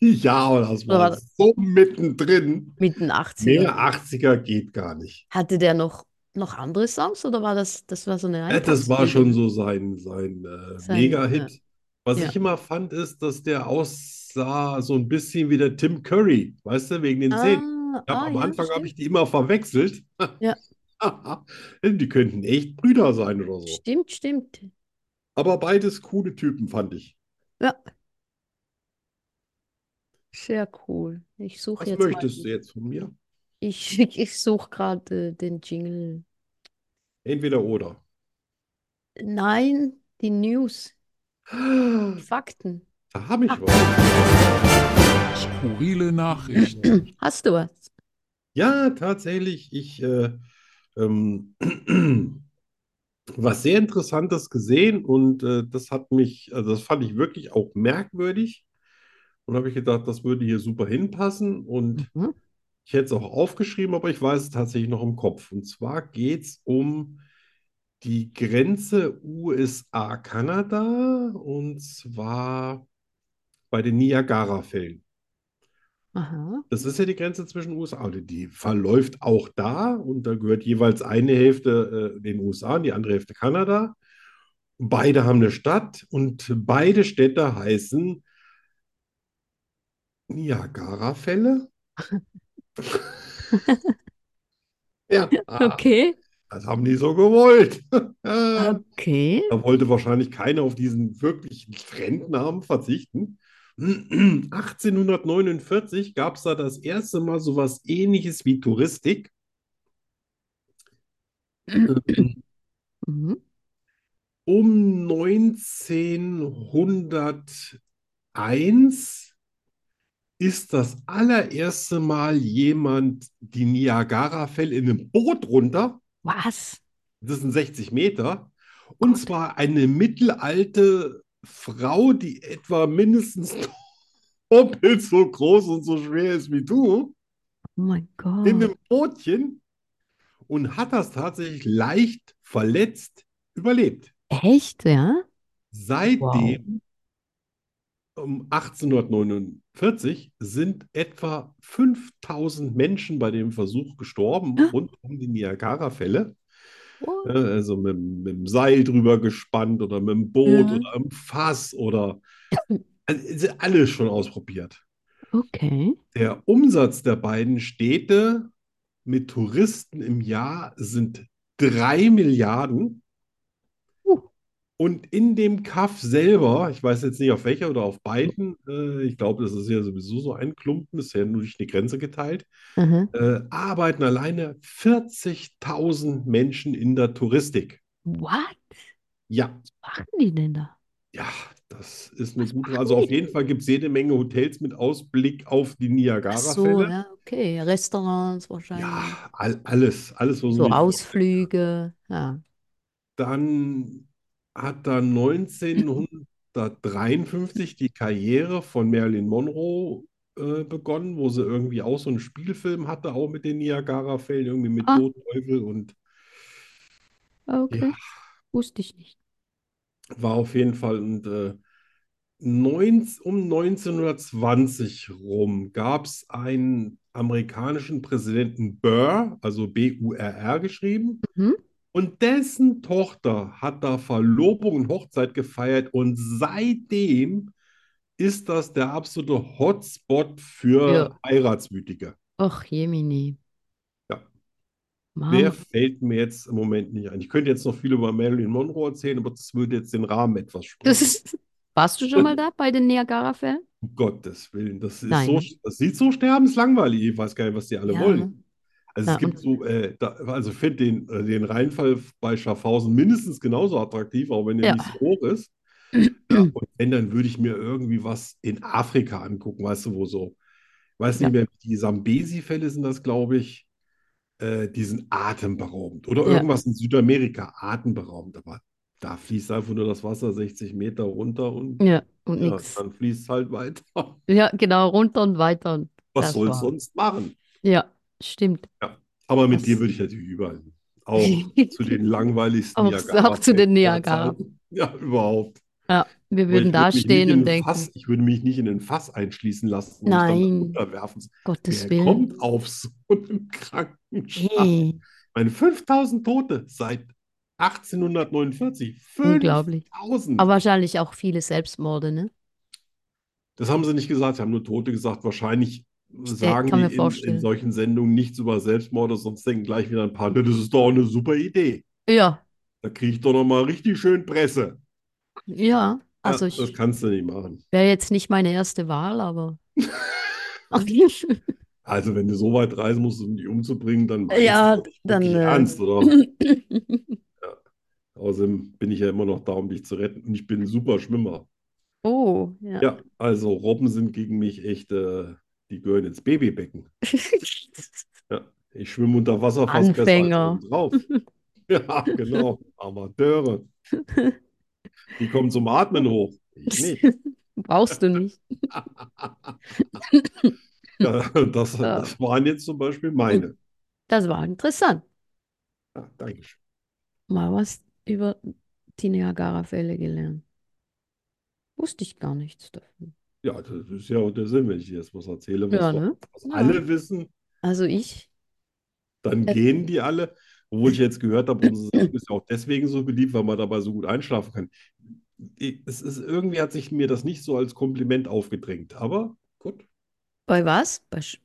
S2: Ja, aber das war
S1: Aber-
S2: so mittendrin.
S1: Mitten 80er.
S2: Mehr 80er geht gar nicht.
S1: Hatte der noch, noch andere Songs oder war das, das war so eine
S2: Äh, Das war
S1: Eintagsfliege?
S2: schon so sein, sein äh,
S1: Sein,
S2: Mega-Hit. Was
S1: Ja.
S2: ich immer fand, ist, dass der aussah so ein bisschen wie der Tim Curry, weißt du, wegen den Zähnen.
S1: Ah,
S2: Ich hab,
S1: ah,
S2: am
S1: ja,
S2: Anfang habe
S1: stimmt.
S2: ich die immer verwechselt. <laughs>
S1: Ja.
S2: Die könnten echt Brüder sein oder so.
S1: Stimmt, stimmt.
S2: Aber beides coole Typen, fand ich.
S1: Sehr cool. Ich suche
S2: Was
S1: jetzt mal.
S2: möchtest du jetzt von mir?
S1: Ich, <laughs> ich suche gerade äh, den Jingle.
S2: Entweder oder.
S1: Nein, die News, die
S2: Da
S1: Fakten. <clears throat>
S2: habe ich was.
S5: Skurrile Nachrichten.
S1: Hast du was?
S2: Ja, tatsächlich. Ich äh, ähm, <clears throat> was sehr Interessantes gesehen und äh, das hat mich, also das fand ich wirklich auch merkwürdig. Und habe ich gedacht, das würde hier super hinpassen und
S1: Mhm.
S2: ich hätte es auch aufgeschrieben, aber ich weiß es tatsächlich noch im Kopf. Und zwar geht es um die Grenze USA-Kanada und zwar bei den Niagara-Fällen.
S1: Aha.
S2: Das ist ja die Grenze zwischen USA und die verläuft auch da und da gehört jeweils eine Hälfte äh, den USA und die andere Hälfte Kanada. Beide haben eine Stadt und beide Städte heißen Niagara-Fälle. Ja, ah,
S1: Okay.
S2: das haben die so gewollt. Da
S1: Okay.
S2: wollte wahrscheinlich keiner auf diesen wirklichen Trendnamen verzichten. <clears throat> 1849 gab es da das erste Mal sowas Ähnliches wie Touristik.
S1: Äh, Mhm.
S2: Um 1901 ist das allererste Mal jemand die Niagara-Fälle in einem Boot runter.
S1: Was?
S2: Das sind 60 Meter. Und zwar eine mittelalte Frau, die etwa mindestens <laughs> doppelt so groß und so schwer ist wie du.
S1: Oh mein Gott.
S2: in einem Bootchen und hat das tatsächlich leicht verletzt überlebt.
S1: Echt, ja?
S2: Seitdem, um 1849, sind etwa 5000 Menschen bei dem Versuch gestorben, rund um die Niagara-Fälle.
S1: Oh,
S2: Ja, Also mit, mit dem Seil drüber gespannt oder mit dem Boot
S1: Ja.
S2: oder im Fass oder also, alles schon ausprobiert.
S1: okay.
S2: Der Umsatz der beiden Städte mit Touristen im Jahr sind 3 Milliarden.
S1: Uh.
S2: Und in dem Kaff selber, ich weiß jetzt nicht auf welcher oder auf beiden, äh, ich glaube, das ist ja sowieso so ein Klumpen, ist ja nur durch eine Grenze geteilt,
S1: Aha.
S2: äh, arbeiten alleine 40.000 Menschen in der Touristik.
S1: What
S2: Ja,
S1: machen die denn da?
S2: ja, das ist eine gute. Also auf jeden Fall gibt es jede Menge Hotels mit Ausblick auf die
S1: Ach so,
S2: Niagara-Fälle.
S1: ja, okay. Restaurants wahrscheinlich.
S2: ne? Ja, all, alles, alles, was
S1: So
S2: man sich
S1: Ausflüge. Ja.
S2: vorstellt. Dann hat da 1953 die Karriere von Marilyn Monroe äh, begonnen, wo sie irgendwie auch so einen Spielfilm hatte, auch mit den Niagara-Fällen, irgendwie mit
S1: Ah.
S2: Todteufel und
S3: Ah,
S1: Okay. Wusste ich nicht.
S2: war auf jeden Fall und äh, neun, um 1920 rum gab es einen amerikanischen Präsidenten Burr, also B-U-R-R geschrieben.
S1: Mhm.
S2: Und dessen Tochter hat da Verlobung und Hochzeit gefeiert. Und seitdem ist das der absolute Hotspot für
S1: Ja.
S2: Heiratswütige.
S1: Och, Jemini.
S2: Ja.
S1: Mann.
S2: Mehr fällt mir jetzt im Moment nicht ein. Ich könnte jetzt noch viel über Marilyn Monroe erzählen, aber das würde jetzt den Rahmen etwas
S1: Das
S2: sprengen.
S1: ist, warst
S2: Äh.
S1: du schon mal da bei den Niagara-Fällen?
S2: Um Gottes Willen, das ist
S1: Nein.
S2: so, das sieht so sterbenslangweilig. Ich weiß gar nicht, was die alle
S1: Ja.
S2: wollen. Also
S1: Ja,
S2: es gibt so, äh, da, also ich finde den, äh, den Rheinfall bei Schaffhausen mindestens genauso attraktiv, auch wenn der
S1: Ja.
S2: nicht so
S1: <clears throat>
S2: hoch ist. Ja, und wenn, dann würde ich mir irgendwie was in Afrika angucken, weißt du, wo so, ich weiß nicht
S1: Ja.
S2: mehr, die Sambesi-Fälle sind das, glaube ich. Äh, die sind atemberaubend. Oder
S1: Ja.
S2: irgendwas in Südamerika, atemberaubend. Aber da fließt einfach nur das Wasser 60 Meter runter und
S1: Ja, und
S2: ja,
S1: nix.
S2: dann fließt halt weiter. <laughs>
S1: Ja, genau, runter und weiter. und-
S2: Was
S1: Das
S2: soll es
S1: war-
S2: sonst machen?
S1: Ja, stimmt.
S2: Aber mit
S1: Das-
S2: dir würde ich natürlich überall. hin.
S1: <laughs>
S2: Auch zu den langweiligsten
S1: Auch- auch zu den Niagara.
S2: Niagara-Fällen der Zeit. <laughs> Ja, überhaupt.
S1: Ja, wir würden
S2: Aber ich würde mich nicht
S1: dastehen
S2: in
S1: und
S2: ein
S1: denken,
S2: Fass, ich würde mich nicht in ein Fass einschließen lassen und mich dann
S1: Nein.
S2: runterwerfen.
S1: Gottes
S2: Wer
S1: Willen.
S2: kommt auf so <laughs> einen kranken Schlag?
S1: Hey,
S2: meine 5000 Tote seit 1849.
S1: Unglaublich.
S2: 5000.
S1: aber wahrscheinlich auch viele Selbstmorde, ne?
S2: Das haben sie nicht gesagt. Sie haben nur Tote gesagt. Wahrscheinlich sagen
S1: kann mir
S2: die in, in
S1: vorstellen.
S2: solchen Sendungen nichts über Selbstmorde, sonst denken gleich wieder ein paar, "Ne, das ist doch eine super Idee.
S1: Ja,
S2: Da kriege ich doch nochmal richtig schön Presse.
S1: ja.
S2: Ja,
S1: Also
S2: das
S1: ich
S2: kannst du nicht machen.
S1: wäre jetzt nicht meine erste Wahl,
S2: <laughs>
S1: aber.
S2: Also, wenn du so weit reisen musst, um die umzubringen, dann meinst
S1: Ja,
S2: du das nicht
S1: dann,
S2: wirklich
S1: äh, <laughs>
S2: ernst,
S1: <clears throat>
S2: oder? Außerdem bin ich ja immer noch da, um dich zu retten. Und ich bin ein super Schwimmer.
S1: Oh, ja. <laughs>
S2: Ja, also Robben sind gegen mich echt, äh, die gehören ins Babybecken. Ja, ich schwimme unter Wasser fast besser als
S1: Anfänger.
S2: obendrauf. <laughs> Ja, genau. Amateure. Die kommen zum Atmen hoch.
S1: <laughs>
S2: Ich nicht.
S1: Brauchst du nicht.
S2: Ja, Das, das waren jetzt zum Beispiel meine.
S1: Das war interessant.
S2: Ja, Dankeschön.
S1: Mal was über die Niagara-Fälle gelernt. Wusste ich gar nichts davon.
S2: Ja, das ist ja auch der Sinn, wenn ich dir jetzt was erzähle, was,
S1: Ja,
S2: doch-
S1: ne?
S2: was
S1: Ja.
S2: alle wissen,
S1: Also ich,
S2: dann
S1: Ja.
S2: gehen die alle. Obwohl ich jetzt gehört habe, unsere Sendung ist ja auch deswegen so beliebt, weil man dabei so gut einschlafen kann. Ich- Es ist, irgendwie hat sich mir das nicht so als Kompliment aufgedrängt, aber gut.
S1: bei was? Bei Sch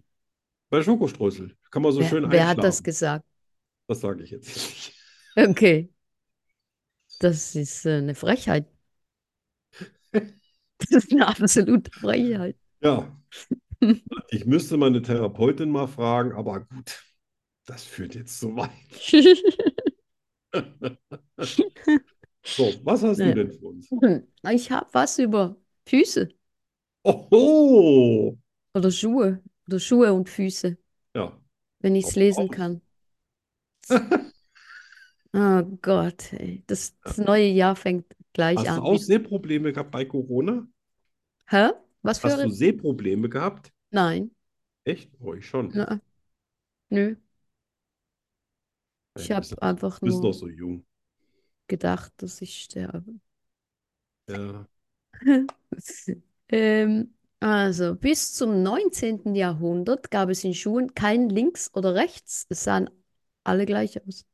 S2: Bei Schokostreusel kann man so
S1: wer,
S2: schön
S1: wer hat das
S2: einschlafen.
S1: gesagt? <laughs>
S2: Das sage ich jetzt nicht.
S1: Okay. Das ist äh, eine Frechheit. <laughs> Das ist eine absolute Frechheit. <laughs>
S2: Ja, ich müsste meine Therapeutin mal fragen, aber gut, das führt jetzt zu weit. So, was hast du
S1: Ja.
S2: denn für uns?
S1: Ich habe was über Füße
S2: Oho!
S1: oder Schuhe oder Schuhe und Füße,
S2: Ja,
S1: wenn ich es
S2: Auf
S1: lesen
S2: auf.
S1: kann.
S2: <laughs>
S1: Oh Gott, ey. Das, das neue Jahr fängt gleich
S2: hast du
S1: an.
S2: auch Sehprobleme gehabt bei Corona?
S1: Hä? Was für
S2: Hast du
S1: eine?
S2: Sehprobleme gehabt?
S1: Nein.
S2: Echt? Oh, ich schon.
S1: Na, nö.
S2: Nein,
S1: Ich
S2: du
S1: habe
S2: bist, doch-
S1: einfach
S2: also, du bist
S1: nur
S2: noch so jung.
S1: gedacht, dass ich sterbe. <laughs>
S2: Ja.
S1: Ähm, also, bis zum 19. Jahrhundert gab es in Schuhen kein links oder rechts. Es sahen alle gleich aus.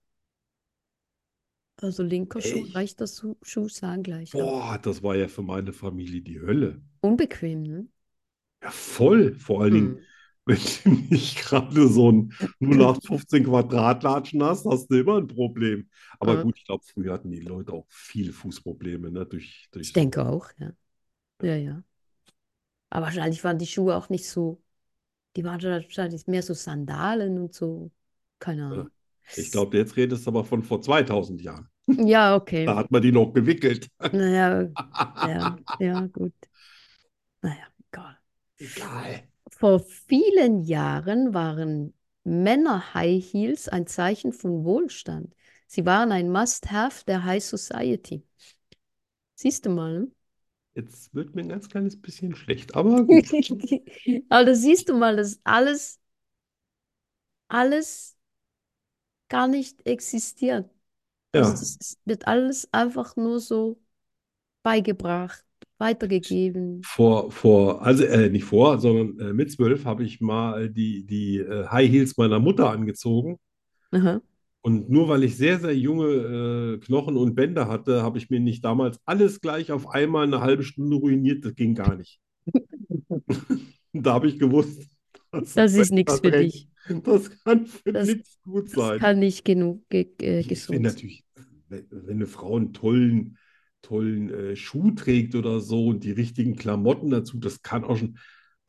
S1: Also linker Schuh,
S2: Echt?
S1: rechter Schuh, Schuh sahen gleich aus.
S2: Boah, das war ja für meine Familie die Hölle.
S1: Unbequem, ne?
S2: Ja, voll. Vor allen Dingen,
S1: Hm.
S2: wenn du nicht gerade
S1: <laughs>
S2: so ein 0815 Quadratlatschen hast, hast du immer ein Problem. Aber
S1: Ja.
S2: gut, ich glaube, früher hatten die Leute auch viele Fußprobleme, ne? Durch, durch
S1: Ich denke auch, ja. Ja, ja. Aber wahrscheinlich waren die Schuhe auch nicht so, die waren wahrscheinlich mehr so Sandalen und so. Keine Ahnung.
S2: Ich glaube, jetzt redest du aber von vor 2000 Jahren.
S1: <laughs> Ja, okay.
S2: Da hat man die noch gewickelt.
S1: Naja, ja, ja, gut. Naja, egal.
S2: <laughs> Egal.
S1: Vor vielen Jahren waren Männer High Heels ein Zeichen von Wohlstand. Sie waren ein Must-Have der High Society. Siehst du mal, ne?
S2: Jetzt wird mir ein ganz kleines bisschen
S1: <laughs>
S2: schlecht, aber gut.
S1: Aber da siehst du mal, dass alles, alles gar nicht existiert.
S2: Ja.
S1: Also das ist- wird alles einfach nur so beigebracht weitergegeben.
S2: Vor, vor, also äh, nicht vor, sondern äh, mit zwölf habe ich mal die, die äh, High Heels meiner Mutter angezogen.
S1: Aha.
S2: Und nur weil ich sehr, sehr junge äh, Knochen und Bänder hatte, habe ich mir nicht damals alles gleich auf einmal eine halbe Stunde ruiniert. Das ging
S1: <laughs>
S2: gar nicht. da habe ich gewusst, dass
S1: Das ist nichts für
S2: Dreck.
S1: dich.
S2: Das kann für
S1: Das-
S2: nichts gut
S1: Das
S2: sein.
S1: kann nicht genug ge äh,
S2: Ich finde
S1: gesund.
S2: natürlich, wenn wenn eine Frau einen tollen, tollen äh, Schuh trägt oder so und die richtigen Klamotten dazu, das kann auch schon.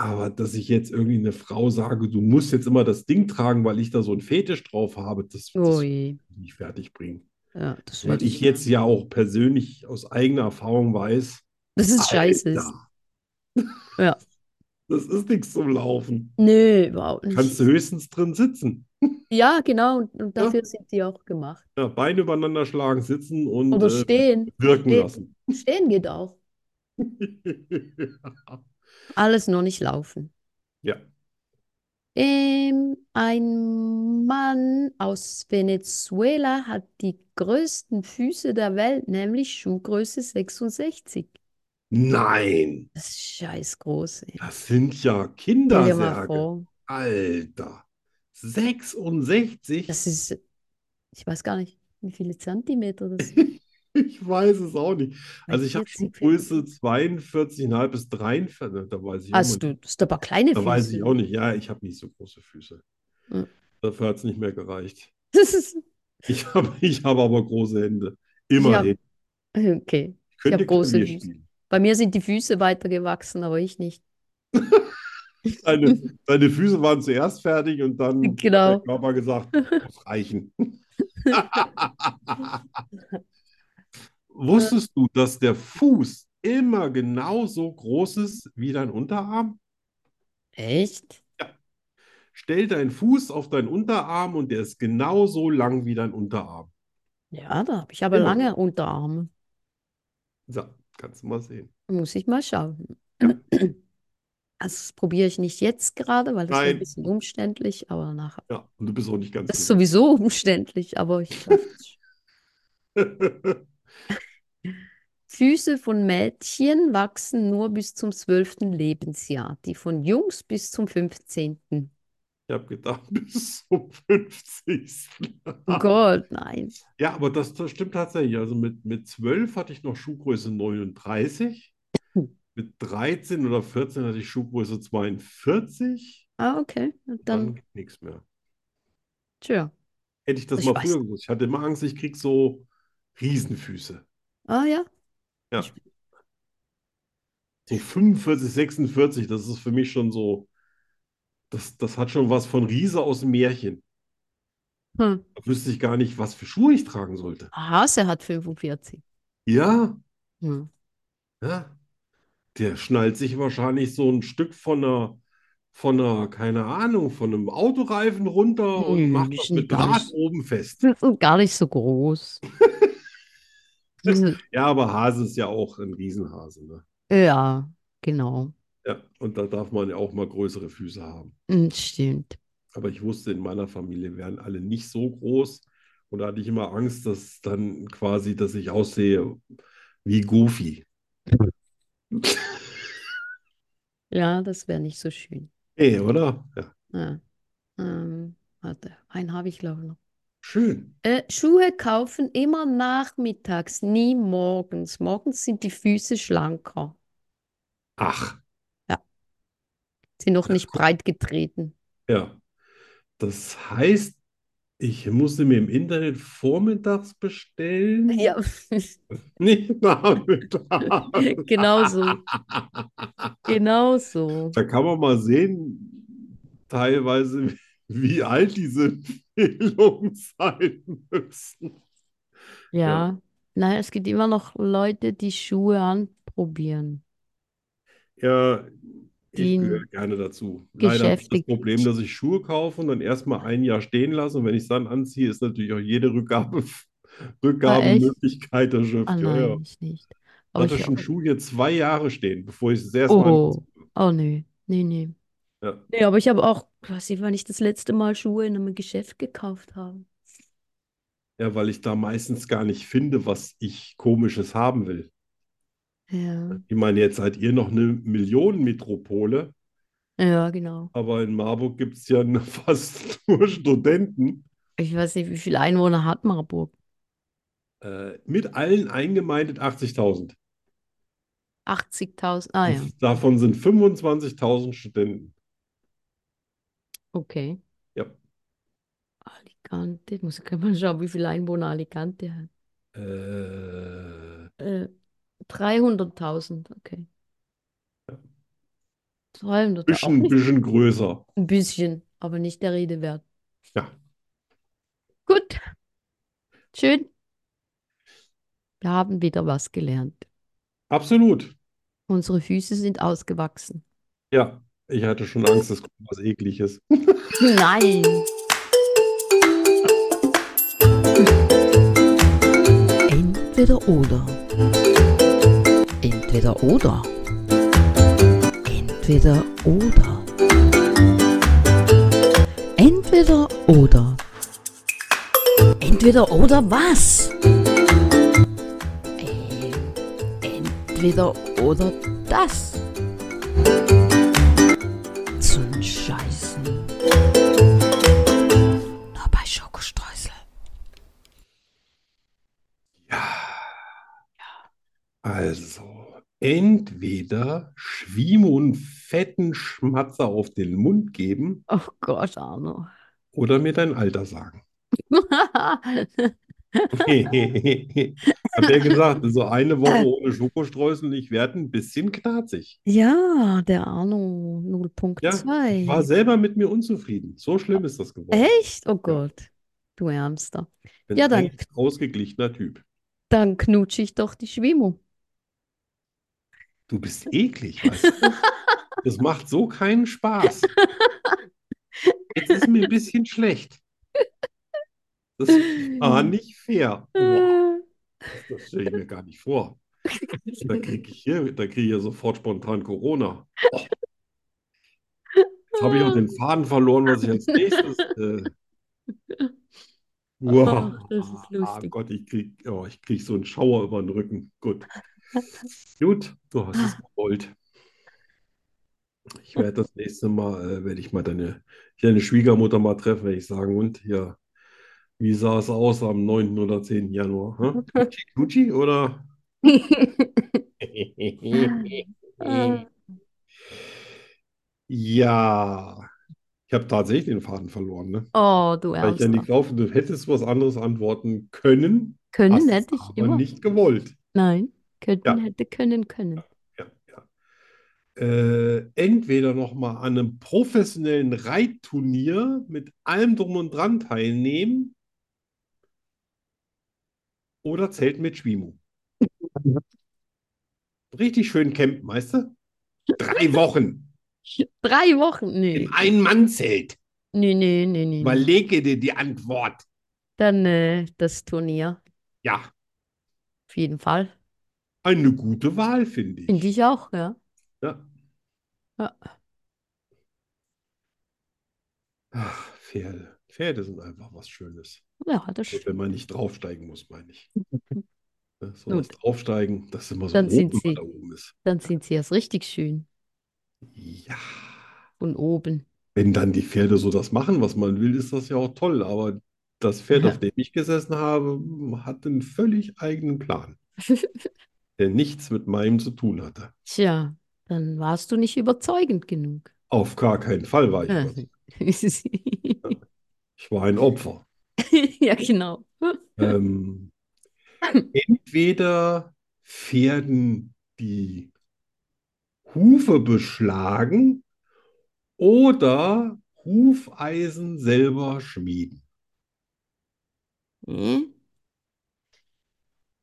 S2: Aber dass ich jetzt irgendwie eine Frau sage, du musst jetzt immer das Ding tragen, weil ich da so einen Fetisch drauf habe, das, das
S1: Oh
S2: will
S1: je.
S2: ich nicht fertig bringen.
S1: Ja, das
S2: Weil
S1: würde
S2: ich jetzt ja auch persönlich aus eigener Erfahrung weiß,
S1: Das ist scheiße.
S2: Alter,
S1: <laughs> Ja.
S2: das ist nichts zum Laufen.
S1: Nö, überhaupt nicht.
S2: Kannst du höchstens drin sitzen.
S1: Ja, genau. Und, und
S2: Ja.
S1: dafür sind die auch gemacht.
S2: Ja, Beine übereinander schlagen, sitzen und
S1: Oder
S2: äh,
S1: stehen.
S2: wirken
S1: stehen.
S2: lassen. <laughs>
S1: Stehen geht auch. Alles nur nicht laufen.
S2: Ja.
S1: Ähm, ein Mann aus Venezuela hat die größten Füße der Welt, nämlich Schuhgröße 66.
S2: Nein,
S1: Das ist scheiß groß, ey.
S2: das sind
S1: Stell
S2: ja
S1: dir mal
S2: Kindersärge.
S1: vor.
S2: Alter, 66?
S1: Das ist, ich weiß gar nicht, wie viele Zentimeter
S2: <laughs>
S1: das sind.
S2: <laughs> Ich weiß es auch nicht. Also ich habe
S1: 40,
S2: schon
S1: 40.
S2: Größe 42,5 bis 43, da weiß ich auch
S1: Hast
S2: nicht.
S1: Also, du, das sind aber kleine <laughs>
S2: Da weiß ich
S1: Füße.
S2: auch nicht. Ja, ich habe nicht so große Füße.
S1: Hm.
S2: Dafür hat es nicht mehr gereicht.
S1: Das ist,
S2: Ich <laughs> habe ich hab aber große Hände. Immerhin.
S1: okay.
S2: Ich könnte
S1: hab große
S2: Klavier
S1: Füße.
S2: spielen.
S1: Bei mir sind die Füße weitergewachsen, aber ich nicht.
S2: Deine, deine Füße waren zuerst fertig und dann
S1: <laughs>
S2: hat
S1: Genau.
S2: der Körper gesagt,
S1: <laughs>
S2: muss reichen. Wusstest du, dass der Fuß immer genauso groß ist wie dein Unterarm?
S1: Echt?
S2: Stell deinen Fuß auf deinen Unterarm und der ist genauso lang wie dein Unterarm.
S1: Ja, da habe ich aber
S2: Immer.
S1: lange Unterarme.
S2: So, kannst du mal sehen.
S1: Muss ich mal schauen.
S2: Ja.
S1: <clears throat> Also das probiere ich nicht jetzt gerade, weil das wäre
S2: Nein.
S1: ein bisschen umständlich, aber nachher.
S2: Ja, und du bist auch nicht ganz <laughs>
S1: Das ist sowieso <laughs> umständlich, aber ich schaffe es.
S2: gesund.
S1: Füße von Mädchen wachsen nur bis zum 12. Lebensjahr, die von Jungs bis zum 15.
S2: Ich habe gedacht, <laughs> bis zum 50. Ah.
S1: Oh Gott, nein.
S2: Ja, aber das, das stimmt tatsächlich. Also mit, mit 12 hatte ich noch Schuhgröße 39. Mit 13 oder 14 hatte ich Schuhgröße 42.
S1: Ah, okay. Und
S2: Dann
S1: dann,
S2: ging nichts mehr.
S1: tja.
S2: Hätte ich das
S1: Ich
S2: mal
S1: weiß.
S2: früher gewusst. Ich hatte immer Angst, ich krieg so Riesenfüße.
S1: Ah, ja.
S2: Ja. So 45, 46, das ist für mich schon so, das, das hat schon was von Riese aus dem Märchen.
S1: Hm. Ah,
S2: Da wüsste ich gar nicht, was für Schuhe ich tragen sollte.
S1: Hase hat 45.
S2: Ja,
S1: Hm.
S2: ja. Der schnallt sich wahrscheinlich so ein Stück von einer, von einer, keine Ahnung, von einem Autoreifen runter und
S1: Hm,
S2: macht
S1: ist
S2: das
S1: nicht
S2: mit
S1: gar
S2: Draht
S1: nicht.
S2: oben fest.
S1: Das ist Hm, gar nicht so
S2: <laughs>
S1: groß. Hm, Das ist-
S2: Ja, aber Hase ist ja auch ein Riesenhase, ne?
S1: Ja, genau.
S2: Ja, und da darf man ja auch mal größere Füße haben.
S1: Hm, Stimmt.
S2: Aber ich wusste, in meiner Familie wären alle nicht so groß. Und da hatte ich immer Angst, dass dann quasi, dass ich aussehe wie Goofy.
S1: Ja, das wäre nicht so schön.
S2: Ey, oder? Ja,
S1: Ja. Ähm, warte, einen habe ich glaube ich noch.
S2: schön.
S1: Äh, Schuhe kaufen immer nachmittags, nie morgens. Morgens sind die Füße schlanker,
S2: Ach,
S1: sind noch
S2: <laughs>
S1: nicht breit getreten.
S2: ja. Das heißt, ich musste mir im Internet vormittags bestellen,
S1: Ja,
S2: <laughs>
S1: <laughs>
S2: nicht nachmittags.
S1: genau so, genau so.
S2: Da kann man mal sehen, teilweise, wie alt diese Empfehlungen sein müssen.
S1: Ja, nein, es gibt immer noch Leute, die Schuhe anprobieren.
S2: Ja, ich
S1: Den
S2: gehöre gerne dazu. Leider habe ich das
S1: beschäftigt.
S2: Problem, dass ich Schuhe kaufe und dann erstmal ein Jahr stehen lasse. Und wenn ich es dann anziehe, ist natürlich auch jede Rückgabe, Rückgabemöglichkeit erschöpft.
S1: Ah
S2: Ja, ja.
S1: nein, ich nicht. Aber
S2: Hatte
S1: ich
S2: schon Schuhe jetzt zwei Jahre stehen, bevor ich es das erste Mal
S1: Oh, oh nee, nee, nee.
S2: Ja.
S1: Nee, aber ich habe auch, ich weiß nicht, wann ich das letzte Mal Schuhe in einem Geschäft gekauft habe.
S2: Ja, weil ich da meistens gar nicht finde, was ich Komisches haben will.
S1: Ja,
S2: Ich meine, jetzt seid ihr noch eine Millionenmetropole,
S1: ja, genau.
S2: aber in Marburg gibt es ja <laughs> fast nur Studenten.
S1: Ich weiß nicht, wie viele Einwohner hat Marburg?
S2: Äh, mit allen eingemeindet 80.000.
S1: 80.000. Ah ja,
S2: Davon sind 25.000 Studenten.
S1: <laughs> okay.
S2: Ja.
S1: Alicante, muss ich mal schauen, wie viele Einwohner Alicante hat.
S2: Äh,
S1: Äh, 300.000, okay. 300, auch
S2: bisschen,
S1: nicht
S2: bisschen größer.
S1: ein bisschen, aber nicht der Rede wert.
S2: Ja.
S1: Gut, schön. Wir haben wieder was gelernt.
S2: Absolut.
S1: Unsere Füße sind ausgewachsen. <laughs>
S2: Ja, ich hatte schon Angst, es kommt was Ekliges.
S1: Nein.
S3: Entweder oder. Entweder oder. Entweder oder. Entweder oder. Entweder oder was? Ähm, Entweder oder das. Zum Scheißen. Nur bei Schokostreusel.
S2: Also, entweder Schwimme und fetten Schmatzer auf den Mund geben
S1: Oh Gott, Arno. <laughs>
S2: oder mir dein Alter sagen. <laughs> Hat er gesagt, so eine Woche ohne Schokostreusel, ich werde ein bisschen knarzig.
S1: Ja, der Arno 0.2.
S2: War selber mit mir unzufrieden. So schlimm ist das geworden.
S1: Echt? Oh Gott, du Ärmster.
S2: Bin
S1: Ja, dann-
S2: echt ausgeglichener Typ.
S1: Dann knutsche ich doch die Schwimo.
S2: Du bist eklig,
S1: <laughs>
S2: weißt du? Das macht so keinen Spaß. Jetzt ist mir ein bisschen schlecht. Das
S1: <laughs>
S2: war nicht fair.
S1: Äh.
S2: Boah, das stelle ich mir gar nicht vor. Da kriege ich hier, da kriege ich ja sofort spontan Corona. Oh. Jetzt habe ich auch den Faden verloren, was ich als nächstes. Äh... Wow.
S1: Ach, das ist
S2: Ah,
S1: lustig.
S2: Gott, ich kriege oh, ich krieg so einen Schauer über den Rücken. Gut. Gut, du hast
S1: Ah.
S2: es gewollt. Ich werde das nächste Mal, äh, werde ich mal deine, deine Schwiegermutter mal treffen, werde ich sagen. Und ja, wie sah es aus am 9. oder 10. Januar?
S1: <laughs>
S2: Hä? Gucci, Gucci oder?
S1: Ah.
S2: Ja, ich habe tatsächlich den Faden verloren, ne?
S1: <laughs> Oh, du
S2: Weil ich ja
S1: Ärmster.
S2: nicht drauf, du hättest was anderes antworten können,
S1: Können
S2: hast es
S1: hätte ich
S2: aber
S1: immer.
S2: nicht gewollt.
S1: Nein, könnten
S2: Ja.
S1: hätte können können.
S2: Ja, ja. Äh, entweder nochmal an einem professionellen Reitturnier mit allem Drum und Dran teilnehmen oder Zelt mit Schwimo.
S1: <laughs>
S2: Richtig schön campen, weißt du? Drei Wochen
S1: Drei Wochen? Nee.
S2: im Ein-Mann-Zelt.
S1: Nee, nee, nee, nee. nee.
S2: Überlege dir die Antwort.
S1: Dann äh, das Turnier.
S2: Ja,
S1: Auf jeden Fall.
S2: eine gute Wahl, finde ich. ne?
S1: Finde ich auch, ja.
S2: Ja.
S1: Ja.
S2: Ach, Pferde. Pferde sind einfach was Schönes.
S1: Ja, das
S2: Wenn man nicht draufsteigen muss,
S1: <laughs>
S2: meine ich. Ne, So
S1: Gut.
S2: das Draufsteigen, das ist immer so
S1: Dann
S2: hoch,
S1: sind
S2: wenn man
S1: sie-
S2: da oben ist.
S1: Dann sind sie erst richtig schön
S2: Ja.
S1: von oben. <laughs>
S2: Wenn dann die Pferde so das machen, was man will, ist das ja auch toll. Aber das Pferd,
S1: Ja.
S2: auf dem ich gesessen habe, hat einen völlig eigenen Plan, der nichts mit meinem zu tun hatte.
S1: Tja, dann warst du nicht überzeugend genug.
S2: Auf gar keinen Fall war ich
S1: Ja.
S2: was. Ich war ein Opfer.
S1: <laughs> Ja, genau.
S2: Ähm, entweder Pferden die Hufe beschlagen oder Hufeisen selber schmieden.
S1: Hm?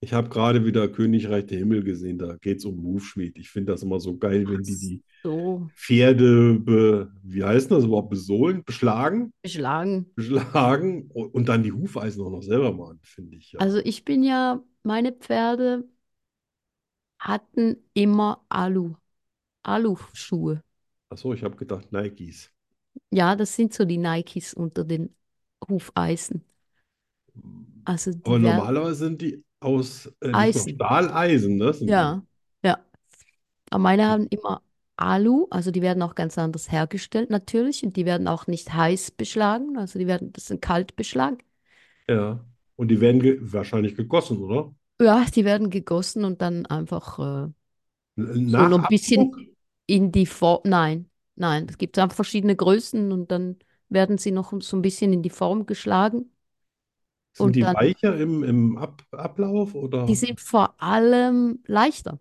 S2: Ich habe gerade wieder Königreich der Himmel gesehen, da geht es um Hufschmied. Ich finde das immer so geil, wenn die die
S1: So,
S2: Pferde, be, wie heißt das überhaupt, besohlen, beschlagen,
S1: geschlagen.
S2: beschlagen und, und dann die Hufeisen auch noch selber machen, finde ich. Ja.
S1: Also ich bin ja, meine Pferde hatten immer Alu, Aluschuhe.
S2: Achso, ich habe gedacht, Nikes.
S1: Ja, das sind so die Nikes unter den Hufeisen. Also die
S2: Aber
S1: werden,
S2: normalerweise sind die aus äh, nicht mal
S1: Eisen.
S2: Stahleisen, ne? Sind die.
S1: ja, ja. Aber meine haben immer Alu, also die werden auch ganz anders hergestellt natürlich und die werden auch nicht heiß beschlagen, also die werden, das sind Kaltbeschlag.
S2: Ja. Und die werden ge wahrscheinlich gegossen, oder?
S1: Ja, die werden gegossen und dann einfach äh,
S2: N-
S1: so
S2: Nach
S1: noch ein bisschen
S2: Abdruck?
S1: in die Form. Nein, nein, es gibt einfach verschiedene Größen und dann werden sie noch so ein bisschen in die Form geschlagen
S2: Sind
S1: und
S2: die
S1: dann,
S2: weicher im, im Ab Ablauf
S1: die
S2: oder?
S1: sind vor allem leichter,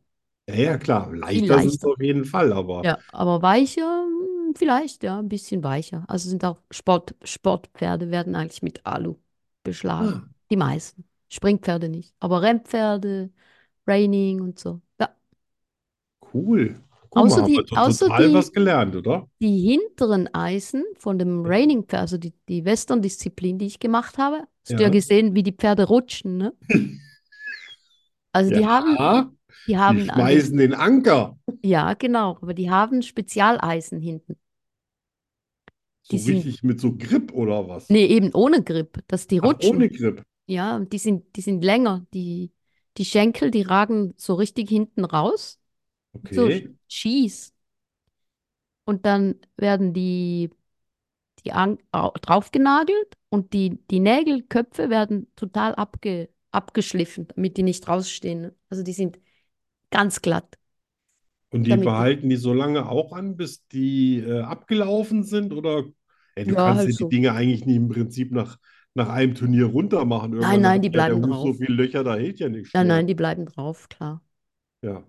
S2: Ja, ja, klar,
S1: viel
S2: leichter sind sie
S1: leichter.
S2: auf jeden Fall, aber
S1: Ja, aber weicher, hm, vielleicht, ja, ein bisschen weicher. Also sind auch Sport, Sportpferde werden eigentlich mit Alu beschlagen.
S2: ah,
S1: Die meisten. Springpferde nicht. Aber Rennpferde, Reining und so. Ja.
S2: cool. Guck mal,
S1: Außer
S2: haben wir
S1: die,
S2: to-
S1: außer
S2: total
S1: die,
S2: was gelernt, oder?
S1: die hinteren Eisen von dem Reining-Pferd, also die, die Western-Disziplin, die ich gemacht habe, hast du ja
S2: Ja.
S1: gesehen, wie die Pferde rutschen,
S2: <laughs>
S1: ne? Also die haben,
S2: Ja,
S1: die
S2: die
S1: haben an den,
S2: schmeißen den Anker.
S1: ja, genau, aber die haben Spezialeisen hinten. Die
S2: So
S1: sind,
S2: richtig mit so Grip oder was?
S1: nee, eben ohne Grip, dass die
S2: Ach,
S1: rutschen.
S2: ohne Grip.
S1: Ja, und die sind, die sind länger. Die, die Schenkel, die ragen so richtig hinten raus. So
S2: Okay.
S1: schieß. Und dann werden die, die an, au- draufgenagelt und die, die Nägelköpfe werden total abge, abgeschliffen, damit die nicht rausstehen. ne? Also die sind ganz glatt,
S2: Und die
S1: damit die,
S2: behalten die so lange auch an, bis die äh, abgelaufen sind? Oder ey, du
S1: ja,
S2: kannst ja
S1: halt
S2: die
S1: so.
S2: Dinge eigentlich nicht im Prinzip nach, nach einem Turnier runter machen.
S1: Nein,
S2: Irgendwann
S1: nein,
S2: sagt
S1: die
S2: ja der
S1: bleiben
S2: Huf so
S1: drauf.
S2: viele Löcher, da hält ja nichts
S1: Nein,
S2: mehr.
S1: nein, die bleiben drauf, klar.
S2: Ja,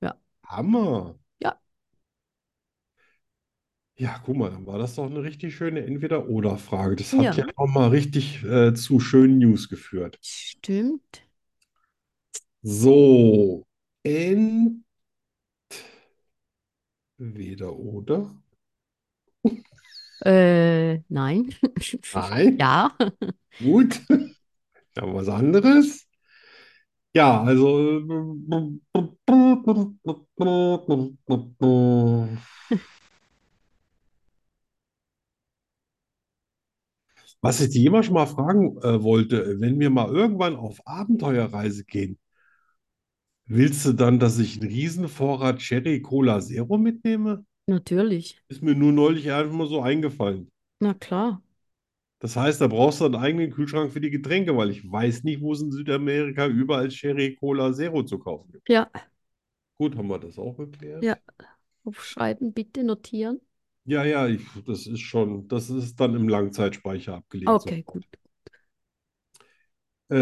S1: Ja,
S2: Hammer.
S1: ja,
S2: Ja, guck mal, dann war das doch eine richtig schöne Entweder-Oder-Frage. Das hat ja
S1: ja,
S2: nochmal richtig äh, zu schönen News geführt.
S1: stimmt.
S2: So, entweder oder?
S1: Äh, nein. <laughs>
S2: Nein,
S1: Ja. <laughs>
S2: gut. Dann was anderes. Ja, also was ich dich immer schon mal fragen äh, wollte, wenn wir mal irgendwann auf Abenteuerreise gehen, willst du dann, dass ich einen Riesenvorrat Cherry Cola Zero mitnehme?
S1: Natürlich.
S2: Ist mir nur neulich einfach mal so eingefallen.
S1: Na klar.
S2: Das heißt, da brauchst du einen eigenen Kühlschrank für die Getränke, weil ich weiß nicht, wo es in Südamerika überall Cherry Cola Zero zu kaufen gibt.
S1: Ja,
S2: Gut, haben wir das auch geklärt.
S1: ja. Aufschreiben, bitte notieren.
S2: Ja, ja, ich, das ist schon, das ist dann im Langzeitspeicher abgelegt. So.
S1: Okay, gut. <laughs>
S2: Äh,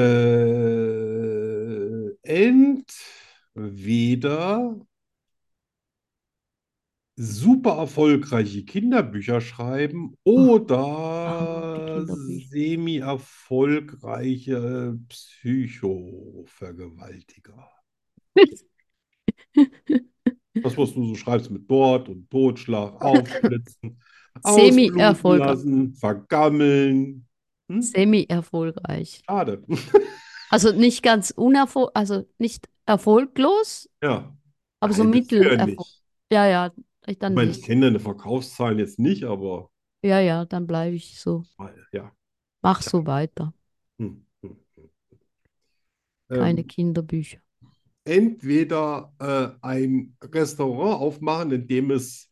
S2: entweder super erfolgreiche Kinderbücher schreiben
S1: Ah, ah, die
S2: oder
S1: Kinderbücher.
S2: semi-erfolgreiche Psychovergewaltiger. Das, was du so schreibst mit Mord
S1: <laughs>
S2: und Totschlag, aufschlitzen, ausbluten
S1: Semi-erfolgreich.
S2: lassen, vergammeln. Hm?
S1: Semi-erfolgreich.
S2: Schade. <laughs>
S1: Also nicht ganz unerfolg, also nicht erfolglos,
S2: Ja,
S1: aber so
S2: nein, bisher
S1: mittelerfolg.
S2: nicht.
S1: Ja, ja, ich-
S2: Ich
S1: dann
S2: meine, ich
S1: nicht.
S2: kenne deine Verkaufszahlen jetzt nicht, aber
S1: Ja, ja, dann bleibe ich so.
S2: ja.
S1: Mach
S2: Tja.
S1: so weiter.
S2: Hm, hm.
S1: Keine
S2: Ähm,
S1: Kinderbücher.
S2: entweder äh, ein Restaurant aufmachen, in dem es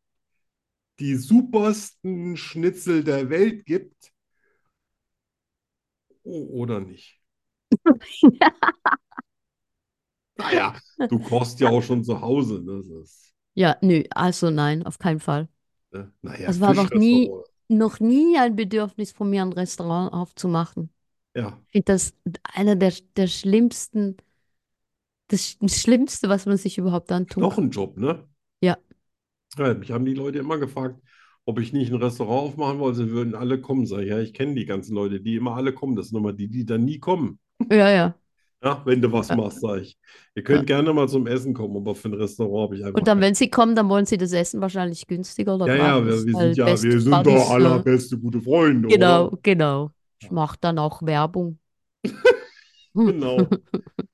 S2: die supersten Schnitzel der Welt gibt, o- oder
S1: <laughs>
S2: nicht. Naja, du kochst ja auch schon zu Hause. Ne? Das ist,
S1: Ja, nö, also nein, auf keinen Fall.
S2: ne? Naja,
S1: Es war noch nie,
S2: Fischrestaurant.
S1: noch nie ein Bedürfnis von mir, ein Restaurant aufzumachen.
S2: Ja,
S1: Ich finde das einer der, der schlimmsten, das Sch- Schlimmste, was man sich überhaupt antun kann.
S2: Knochenjob, ne?
S1: Ja,
S2: Ja, mich haben die Leute immer gefragt, ob ich nicht ein Restaurant aufmachen wollte. Sie würden alle kommen. Sag ich, ja, ich kenne die ganzen Leute, die immer alle kommen. Das sind immer die, die dann nie kommen.
S1: ja, ja.
S2: Ja, wenn du was
S1: ja,
S2: machst, sag ich.
S1: ja.
S2: Ihr könnt gerne mal zum Essen kommen, aber für ein Restaurant habe ich
S1: Und
S2: einfach
S1: dann,
S2: keinen.
S1: wenn sie kommen, dann wollen sie das Essen wahrscheinlich günstiger oder
S2: Ja, ja, wir,
S1: gratis,
S2: wir sind
S1: weil
S2: ja,
S1: halt beste
S2: wir sind doch
S1: Buddies, ne?
S2: allerbeste gute Freunde, oder?
S1: Genau, genau. Ich
S2: Ja,
S1: mache dann auch Werbung. <laughs> Hm. <laughs>
S2: genau.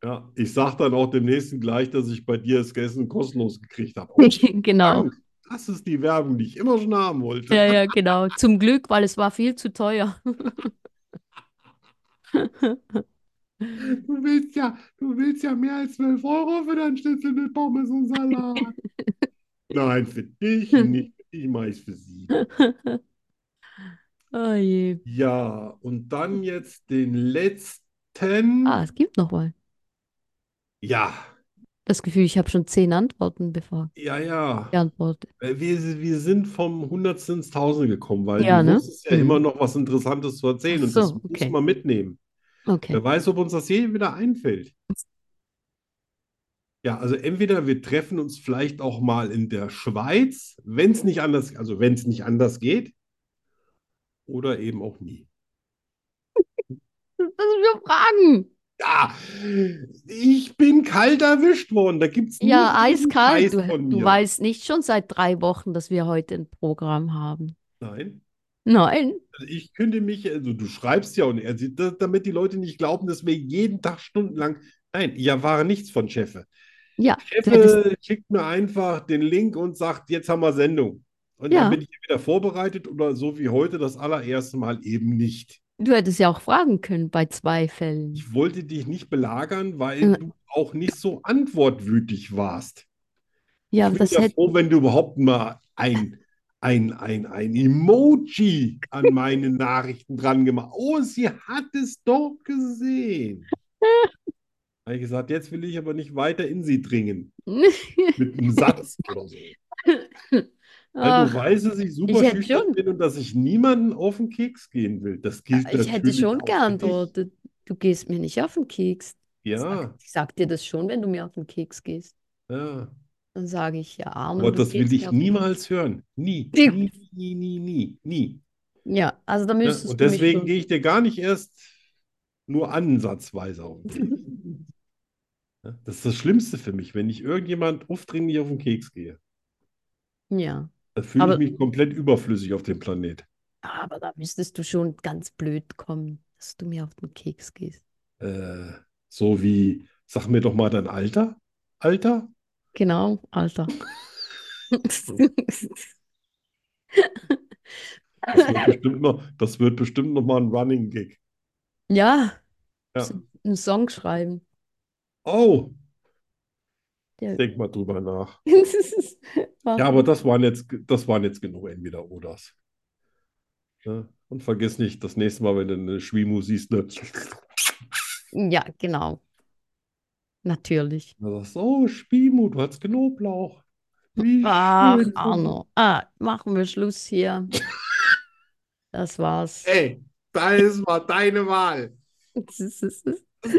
S2: Ja, ich sage dann auch dem nächsten gleich, dass ich bei dir das Essen kostenlos
S1: <laughs>
S2: gekriegt habe. Oh, vielen
S1: Genau.
S2: Dank. Das ist die Werbung, die ich immer schon haben wollte.
S1: Ja, ja, genau. Zum Glück, weil es war viel zu teuer. <laughs>
S2: Du willst ja, du willst ja mehr als 12 Euro für dein Schnitzel mit Pommes und Salat. <laughs> Nein, für dich nicht. Ich mache es für sie.
S1: Oh je.
S2: Ja, und dann jetzt den letzten.
S1: Ah, es gibt noch mal.
S2: Ja,
S1: Das Gefühl, ich habe schon zehn Antworten bevor
S2: ja, ja.
S1: geantwortet.
S2: Äh, Wir, wir sind vom Hundertsten ins Tausende gekommen, weil
S1: Ja,
S2: du
S1: ne?
S2: musstest ja
S1: Mhm.
S2: immer noch was Interessantes zu erzählen
S1: Ach
S2: und das
S1: so,
S2: muss
S1: okay.
S2: man mitnehmen.
S1: Okay.
S2: Wer weiß, ob uns das je wieder einfällt. Ja, also entweder wir treffen uns vielleicht auch mal in der Schweiz, wenn es nicht anders, also wenn es nicht anders geht, oder eben auch nie.
S1: Das sind für Fragen.
S2: Ja, ich bin kalt erwischt worden. Da gibt es
S1: Ja, eiskalt.
S2: Eis
S1: Du,
S2: Hm, von
S1: du
S2: mir.
S1: weißt nicht schon seit drei Wochen, dass wir heute ein Programm haben.
S2: Nein.
S1: Nein.
S2: Also ich könnte mich, also du schreibst ja und er sieht das, damit die Leute nicht glauben, dass wir jeden Tag stundenlang. Nein, ich erfahre nichts von Chefe.
S1: Ja, du hättest,
S2: Chefe schickt mir einfach den Link und sagt, jetzt haben wir Sendung. Und
S1: Ja.
S2: dann bin ich entweder vorbereitet oder so wie heute das allererste Mal eben nicht.
S1: du hättest ja auch fragen können bei zwei Fällen.
S2: Ich wollte dich nicht belagern, weil
S1: Ja.
S2: du auch nicht so antwortwütig warst.
S1: Ja,
S2: Ich bin
S1: das
S2: ja
S1: hätte.
S2: froh, wenn du überhaupt mal ein, ein, ein, ein Emoji an meine Nachrichten dran gemacht. Oh, sie hat es doch
S1: <laughs>
S2: gesehen. Habe ich gesagt, jetzt will ich aber nicht weiter in sie dringen. Mit einem Satz
S1: <laughs>
S2: oder so. Weil du
S1: Ach,
S2: weißt, dass ich super
S1: ich hätte
S2: schüchtern
S1: schon-
S2: bin und dass ich niemanden auf den Keks gehen will. Das gilt
S1: ich hätte
S2: natürlich
S1: schon
S2: auch für dich.
S1: geantwortet. Du gehst mir nicht auf den Keks. Ich
S2: Ja,
S1: sag, ich sag dir das schon, wenn du mir auf den Keks gehst.
S2: ja.
S1: Dann sage ich, ja, Armin,
S2: Aber
S1: du
S2: das will
S1: gehst
S2: ich
S1: mir auf den
S2: niemals hören. Nie,
S1: Ja.
S2: nie, nie, nie, nie, nie.
S1: Ja, also da
S2: Ne?
S1: müsstest
S2: Und
S1: du mich
S2: deswegen
S1: schon.
S2: gehe ich dir gar nicht erst nur ansatzweise auf den Keks.
S1: <laughs>
S2: Ne? Das ist das Schlimmste für mich, wenn ich irgendjemand aufdringlich auf den Keks gehe.
S1: Ja,
S2: Da fühle ich
S1: Aber-
S2: mich komplett überflüssig auf dem Planet.
S1: aber da müsstest du schon ganz blöd kommen, dass du mir auf den Keks gehst.
S2: Äh, so wie, sag mir doch mal dein Alter. Alter?
S1: Genau,
S2: <laughs>
S1: Alter.
S2: Das
S1: <laughs>
S2: wird bestimmt noch, das wird bestimmt noch mal ein Running Gig.
S1: Ja,
S2: Ja.
S1: einen Song schreiben.
S2: Oh,
S1: Der-
S2: denk mal drüber nach.
S1: Mach-
S2: Ja, aber das waren jetzt, das waren jetzt genug Entweder-Oders. Ne? Und vergiss nicht, das nächste Mal, wenn du eine Schwimu siehst, ne,
S1: <laughs> Ja, genau. Natürlich.
S2: Da sagst du, oh, Spimu, du hast Knoblauch. Wie
S1: Ach,
S2: schön.
S1: Arno. Ah, machen wir Schluss hier. Das war's.
S2: Ey, das war deine Wahl. Das ist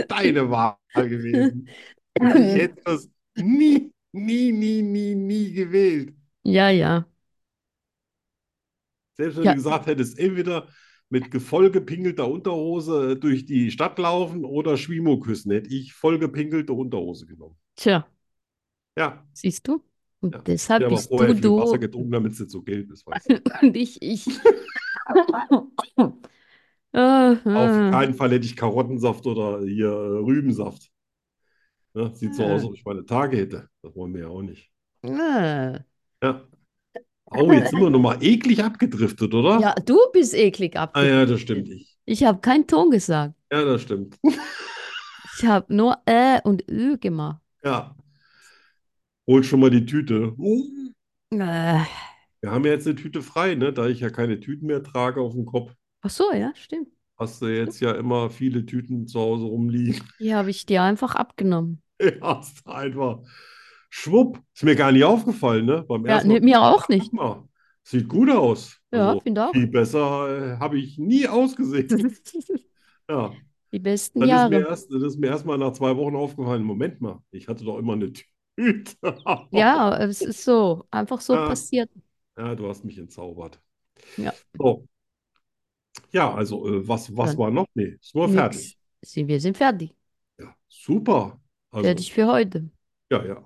S2: deine Wahl gewesen.
S1: <laughs>
S2: Und ich hätte das nie, nie, nie, nie, nie gewählt.
S1: <laughs> Ja, ja.
S2: Selbst wenn
S1: Ja.
S2: du gesagt hättest, entweder mit vollgepinkelter Unterhose äh, durch die Stadt laufen oder Schwimo küssen, hätte ich vollgepinkelte Unterhose genommen.
S1: Tja,
S2: Ja,
S1: siehst du? Und
S2: Ja.
S1: deshalb
S2: ich habe aber
S1: bist
S2: vorher
S1: du
S2: viel Wasser
S1: du.
S2: getrunken, damit es nicht so gilt ist. Weißt du.
S1: Und ich,
S2: <laughs>
S1: ich. Ah,
S2: Auf
S1: Aha.
S2: keinen Fall hätte ich Karottensaft oder hier äh, Rübensaft. Ne? Sieht so
S1: Ah.
S2: aus, als ob ich meine Tage hätte. Das wollen wir ja auch nicht.
S1: Ah.
S2: Ja. Oh, jetzt sind wir nochmal eklig abgedriftet, oder?
S1: Äh, Ja, du bist eklig
S2: Ah
S1: abge.
S2: ja, das stimmt. Ich.
S1: Ich habe keinen Ton gesagt.
S2: Ja, das stimmt.
S1: Ich habe nur äh und ö gemacht.
S2: Ja. Hol schon mal die Tüte.
S1: Äh.
S2: Wir haben ja jetzt eine Tüte frei, ne? Da ich ja keine Tüten mehr trage auf dem Kopf,
S1: Ach so, ja, stimmt.
S2: hast du jetzt ja immer viele Tüten zu Hause rumliegen. <laughs>
S1: Die habe ich dir einfach abgenommen.
S2: Hast du einfach. Schwupp. Ist mir gar nicht aufgefallen, ne? Beim
S1: Ja,
S2: ersten
S1: ne,
S2: Mal.
S1: mir auch nicht.
S2: Guck mal. Sieht gut aus.
S1: Ja,
S2: Also,
S1: finde auch.
S2: viel besser äh, habe ich nie ausgesehen.
S1: <laughs>
S2: Ja.
S1: Die besten
S2: Dann ist mir
S1: Jahre.
S2: erst, dann ist mir erst mal nach zwei Wochen aufgefallen, Moment mal, ich hatte doch immer eine Tüte. <laughs>
S1: Ja, es ist so. Einfach so
S2: Ja.
S1: passiert.
S2: Ja, du hast mich entzaubert.
S1: Ja.
S2: So. Ja, also, äh, was, was
S1: Dann-
S2: war noch? Nee, ist nur
S1: Nix.
S2: fertig.
S1: Sie, wir sind fertig.
S2: Ja, super. Also,
S1: Fertig für heute.
S2: ja, ja.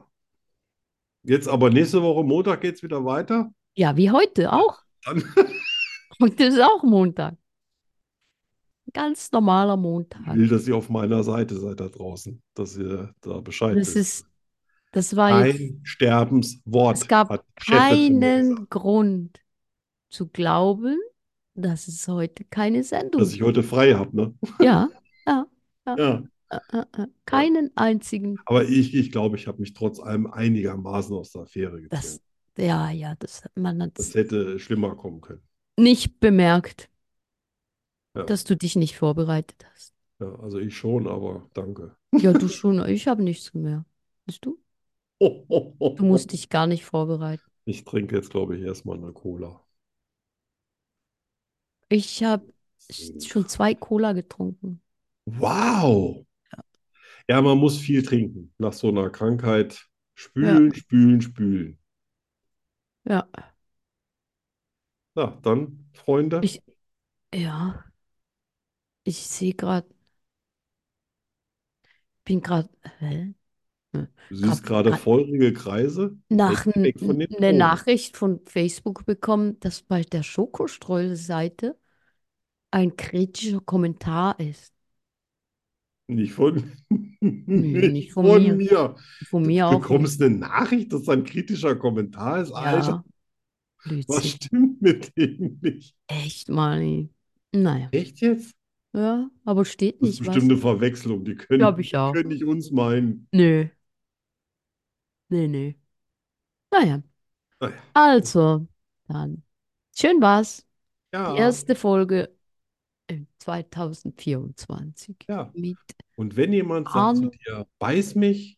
S2: Jetzt aber nächste Woche Montag geht es wieder weiter.
S1: Ja, wie heute auch. <laughs>
S2: Dann-
S1: Heute ist auch Montag. Ganz normaler
S2: Ich
S1: Montag.
S2: will, dass ihr auf meiner Seite seid da draußen, dass ihr da Bescheid
S1: Das
S2: wisst.
S1: ist, das war jetzt,
S2: Ein Sterbenswort
S1: es gab
S2: hat Chefe zu mir gesagt,
S1: keinen Grund zu glauben, dass es heute keine Sendung
S2: dass ich heute frei habe, ne?
S1: gibt.
S2: <laughs>
S1: Ja,
S2: Ja.
S1: äh, äh, äh, keinen einzigen.
S2: Aber ich, ich glaube, ich habe mich trotz allem einigermaßen aus der Affäre gezogen.
S1: Das, Ja, ja, das hat man
S2: Das
S1: jetzt
S2: hätte schlimmer kommen können.
S1: nicht bemerkt,
S2: Ja.
S1: dass du dich nicht vorbereitet hast.
S2: Ja, also ich schon, aber danke.
S1: Ja, du schon, ich habe nichts gemerkt. Siehst du? Du musst dich gar nicht vorbereiten.
S2: Ich trinke jetzt, glaube ich, erstmal eine Cola.
S1: Ich habe schon zwei Cola getrunken.
S2: Wow! Ja, man muss viel trinken. Nach so einer Krankheit spülen, spülen, spülen.
S1: Ja,
S2: Na, dann, Freunde,
S1: Ich- ja. Ich sehe gerade, bin gerade, hä?
S2: du
S1: grad-
S2: siehst gerade
S1: grad-
S2: feurige Kreise.
S1: Nach
S2: Jetzt weg von den
S1: eine
S2: Drogen.
S1: Nachricht von Facebook bekommen, dass bei der Schokostreusel-Seite ein kritischer Kommentar ist.
S2: Nicht von, <laughs>
S1: Nee, nicht von mir. Von
S2: Du
S1: mir auch
S2: bekommst eine Nachricht, dass da ein kritischer Kommentar ist.
S1: nicht.
S2: Alter,
S1: Ja,
S2: was
S1: Blödsinn.
S2: stimmt mit dem nicht?
S1: Echt mal. ey. Naja,
S2: Echt jetzt?
S1: ja, aber steht
S2: Das ist
S1: nicht
S2: bestimmt eine Verwechslung. Die können,
S1: Glaub ich auch.
S2: können nicht uns meinen.
S1: Nö. Nö, nö. Naja,
S2: Naja.
S1: also, dann. Schön war's. Die
S2: Ja,
S1: erste Folge in 2024
S2: ja.
S1: mit
S2: Und wenn jemand sagt zu
S1: Arno.
S2: dir, beiß mich,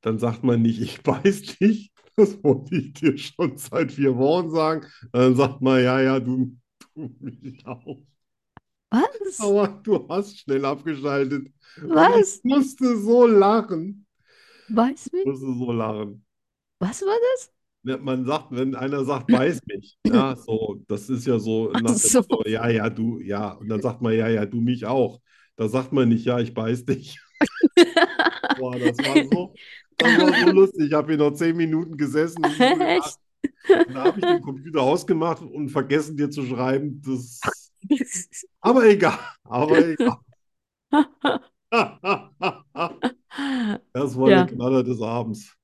S2: dann sagt man nicht, ich beiß dich. Das wollte ich dir schon seit vier Wochen sagen. Dann sagt man, ja, ja, du, du mich auch.
S1: was?
S2: Aber du hast schnell abgeschaltet.
S1: Was?
S2: Ich musste so lachen.
S1: Weiß
S2: Ich
S1: mich?
S2: musste so lachen.
S1: Was war das?
S2: Ne, Man sagt, wenn einer sagt, weiß mich, ja, so, das ist ja so nach
S1: Ach
S2: dem
S1: so.
S2: Motto, ja, ja, du, ja, und dann sagt man, ja, ja, du mich auch. Da sagt man nicht, ja, ich beiß
S1: <laughs>
S2: dich. Boah, das war so, das war so lustig. Ich habe hier noch zehn Minuten gesessen und so gelacht.
S1: <laughs> Echt?
S2: Und da habe ich den Computer ausgemacht und vergessen, dir zu schreiben. Das, aber egal,
S1: <laughs>
S2: aber egal. Das war
S1: Ja.
S2: der Knaller des Abends.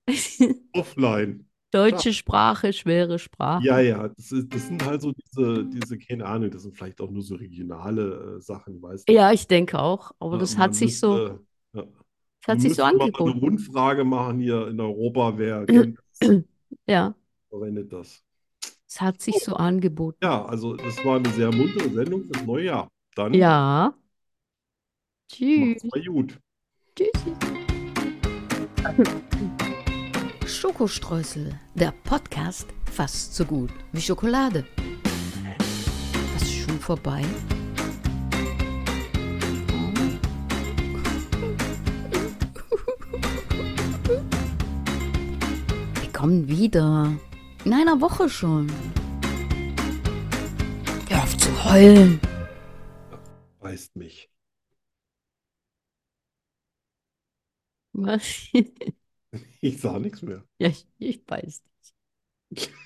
S2: Offline.
S1: Deutsche Sprache, schwere Sprache.
S2: Ja, ja, das ist, das sind halt so diese, diese, keine Ahnung, das sind vielleicht auch nur so regionale äh, Sachen, weißt du.
S1: Ja, ich denke auch. Aber das hat
S2: man
S1: sich so,
S2: müsste, ja,
S1: das hat
S2: man
S1: sich so
S2: müsste Mal eine
S1: angeboten.
S2: Rundfrage machen hier in
S1: <laughs>
S2: Europa, wer kennt das,
S1: Ja,
S2: verwendet das.
S1: es hat
S2: Oh.
S1: sich so angeboten.
S2: Ja, also das war eine sehr muntere Sendung fürs neue Jahr. Dann
S1: Ja.
S2: macht's
S1: Tschüss.
S2: mal gut.
S1: Tschüssi.
S3: Schokostreusel, der Podcast fast so gut wie Schokolade. Was ist schon vorbei? Wir kommen wieder. In einer Woche schon. Hör auf zu heulen.
S2: Weißt mich.
S1: Was?
S2: Ich sah nichts mehr.
S1: <laughs> Ja, ich, ich weiß nicht.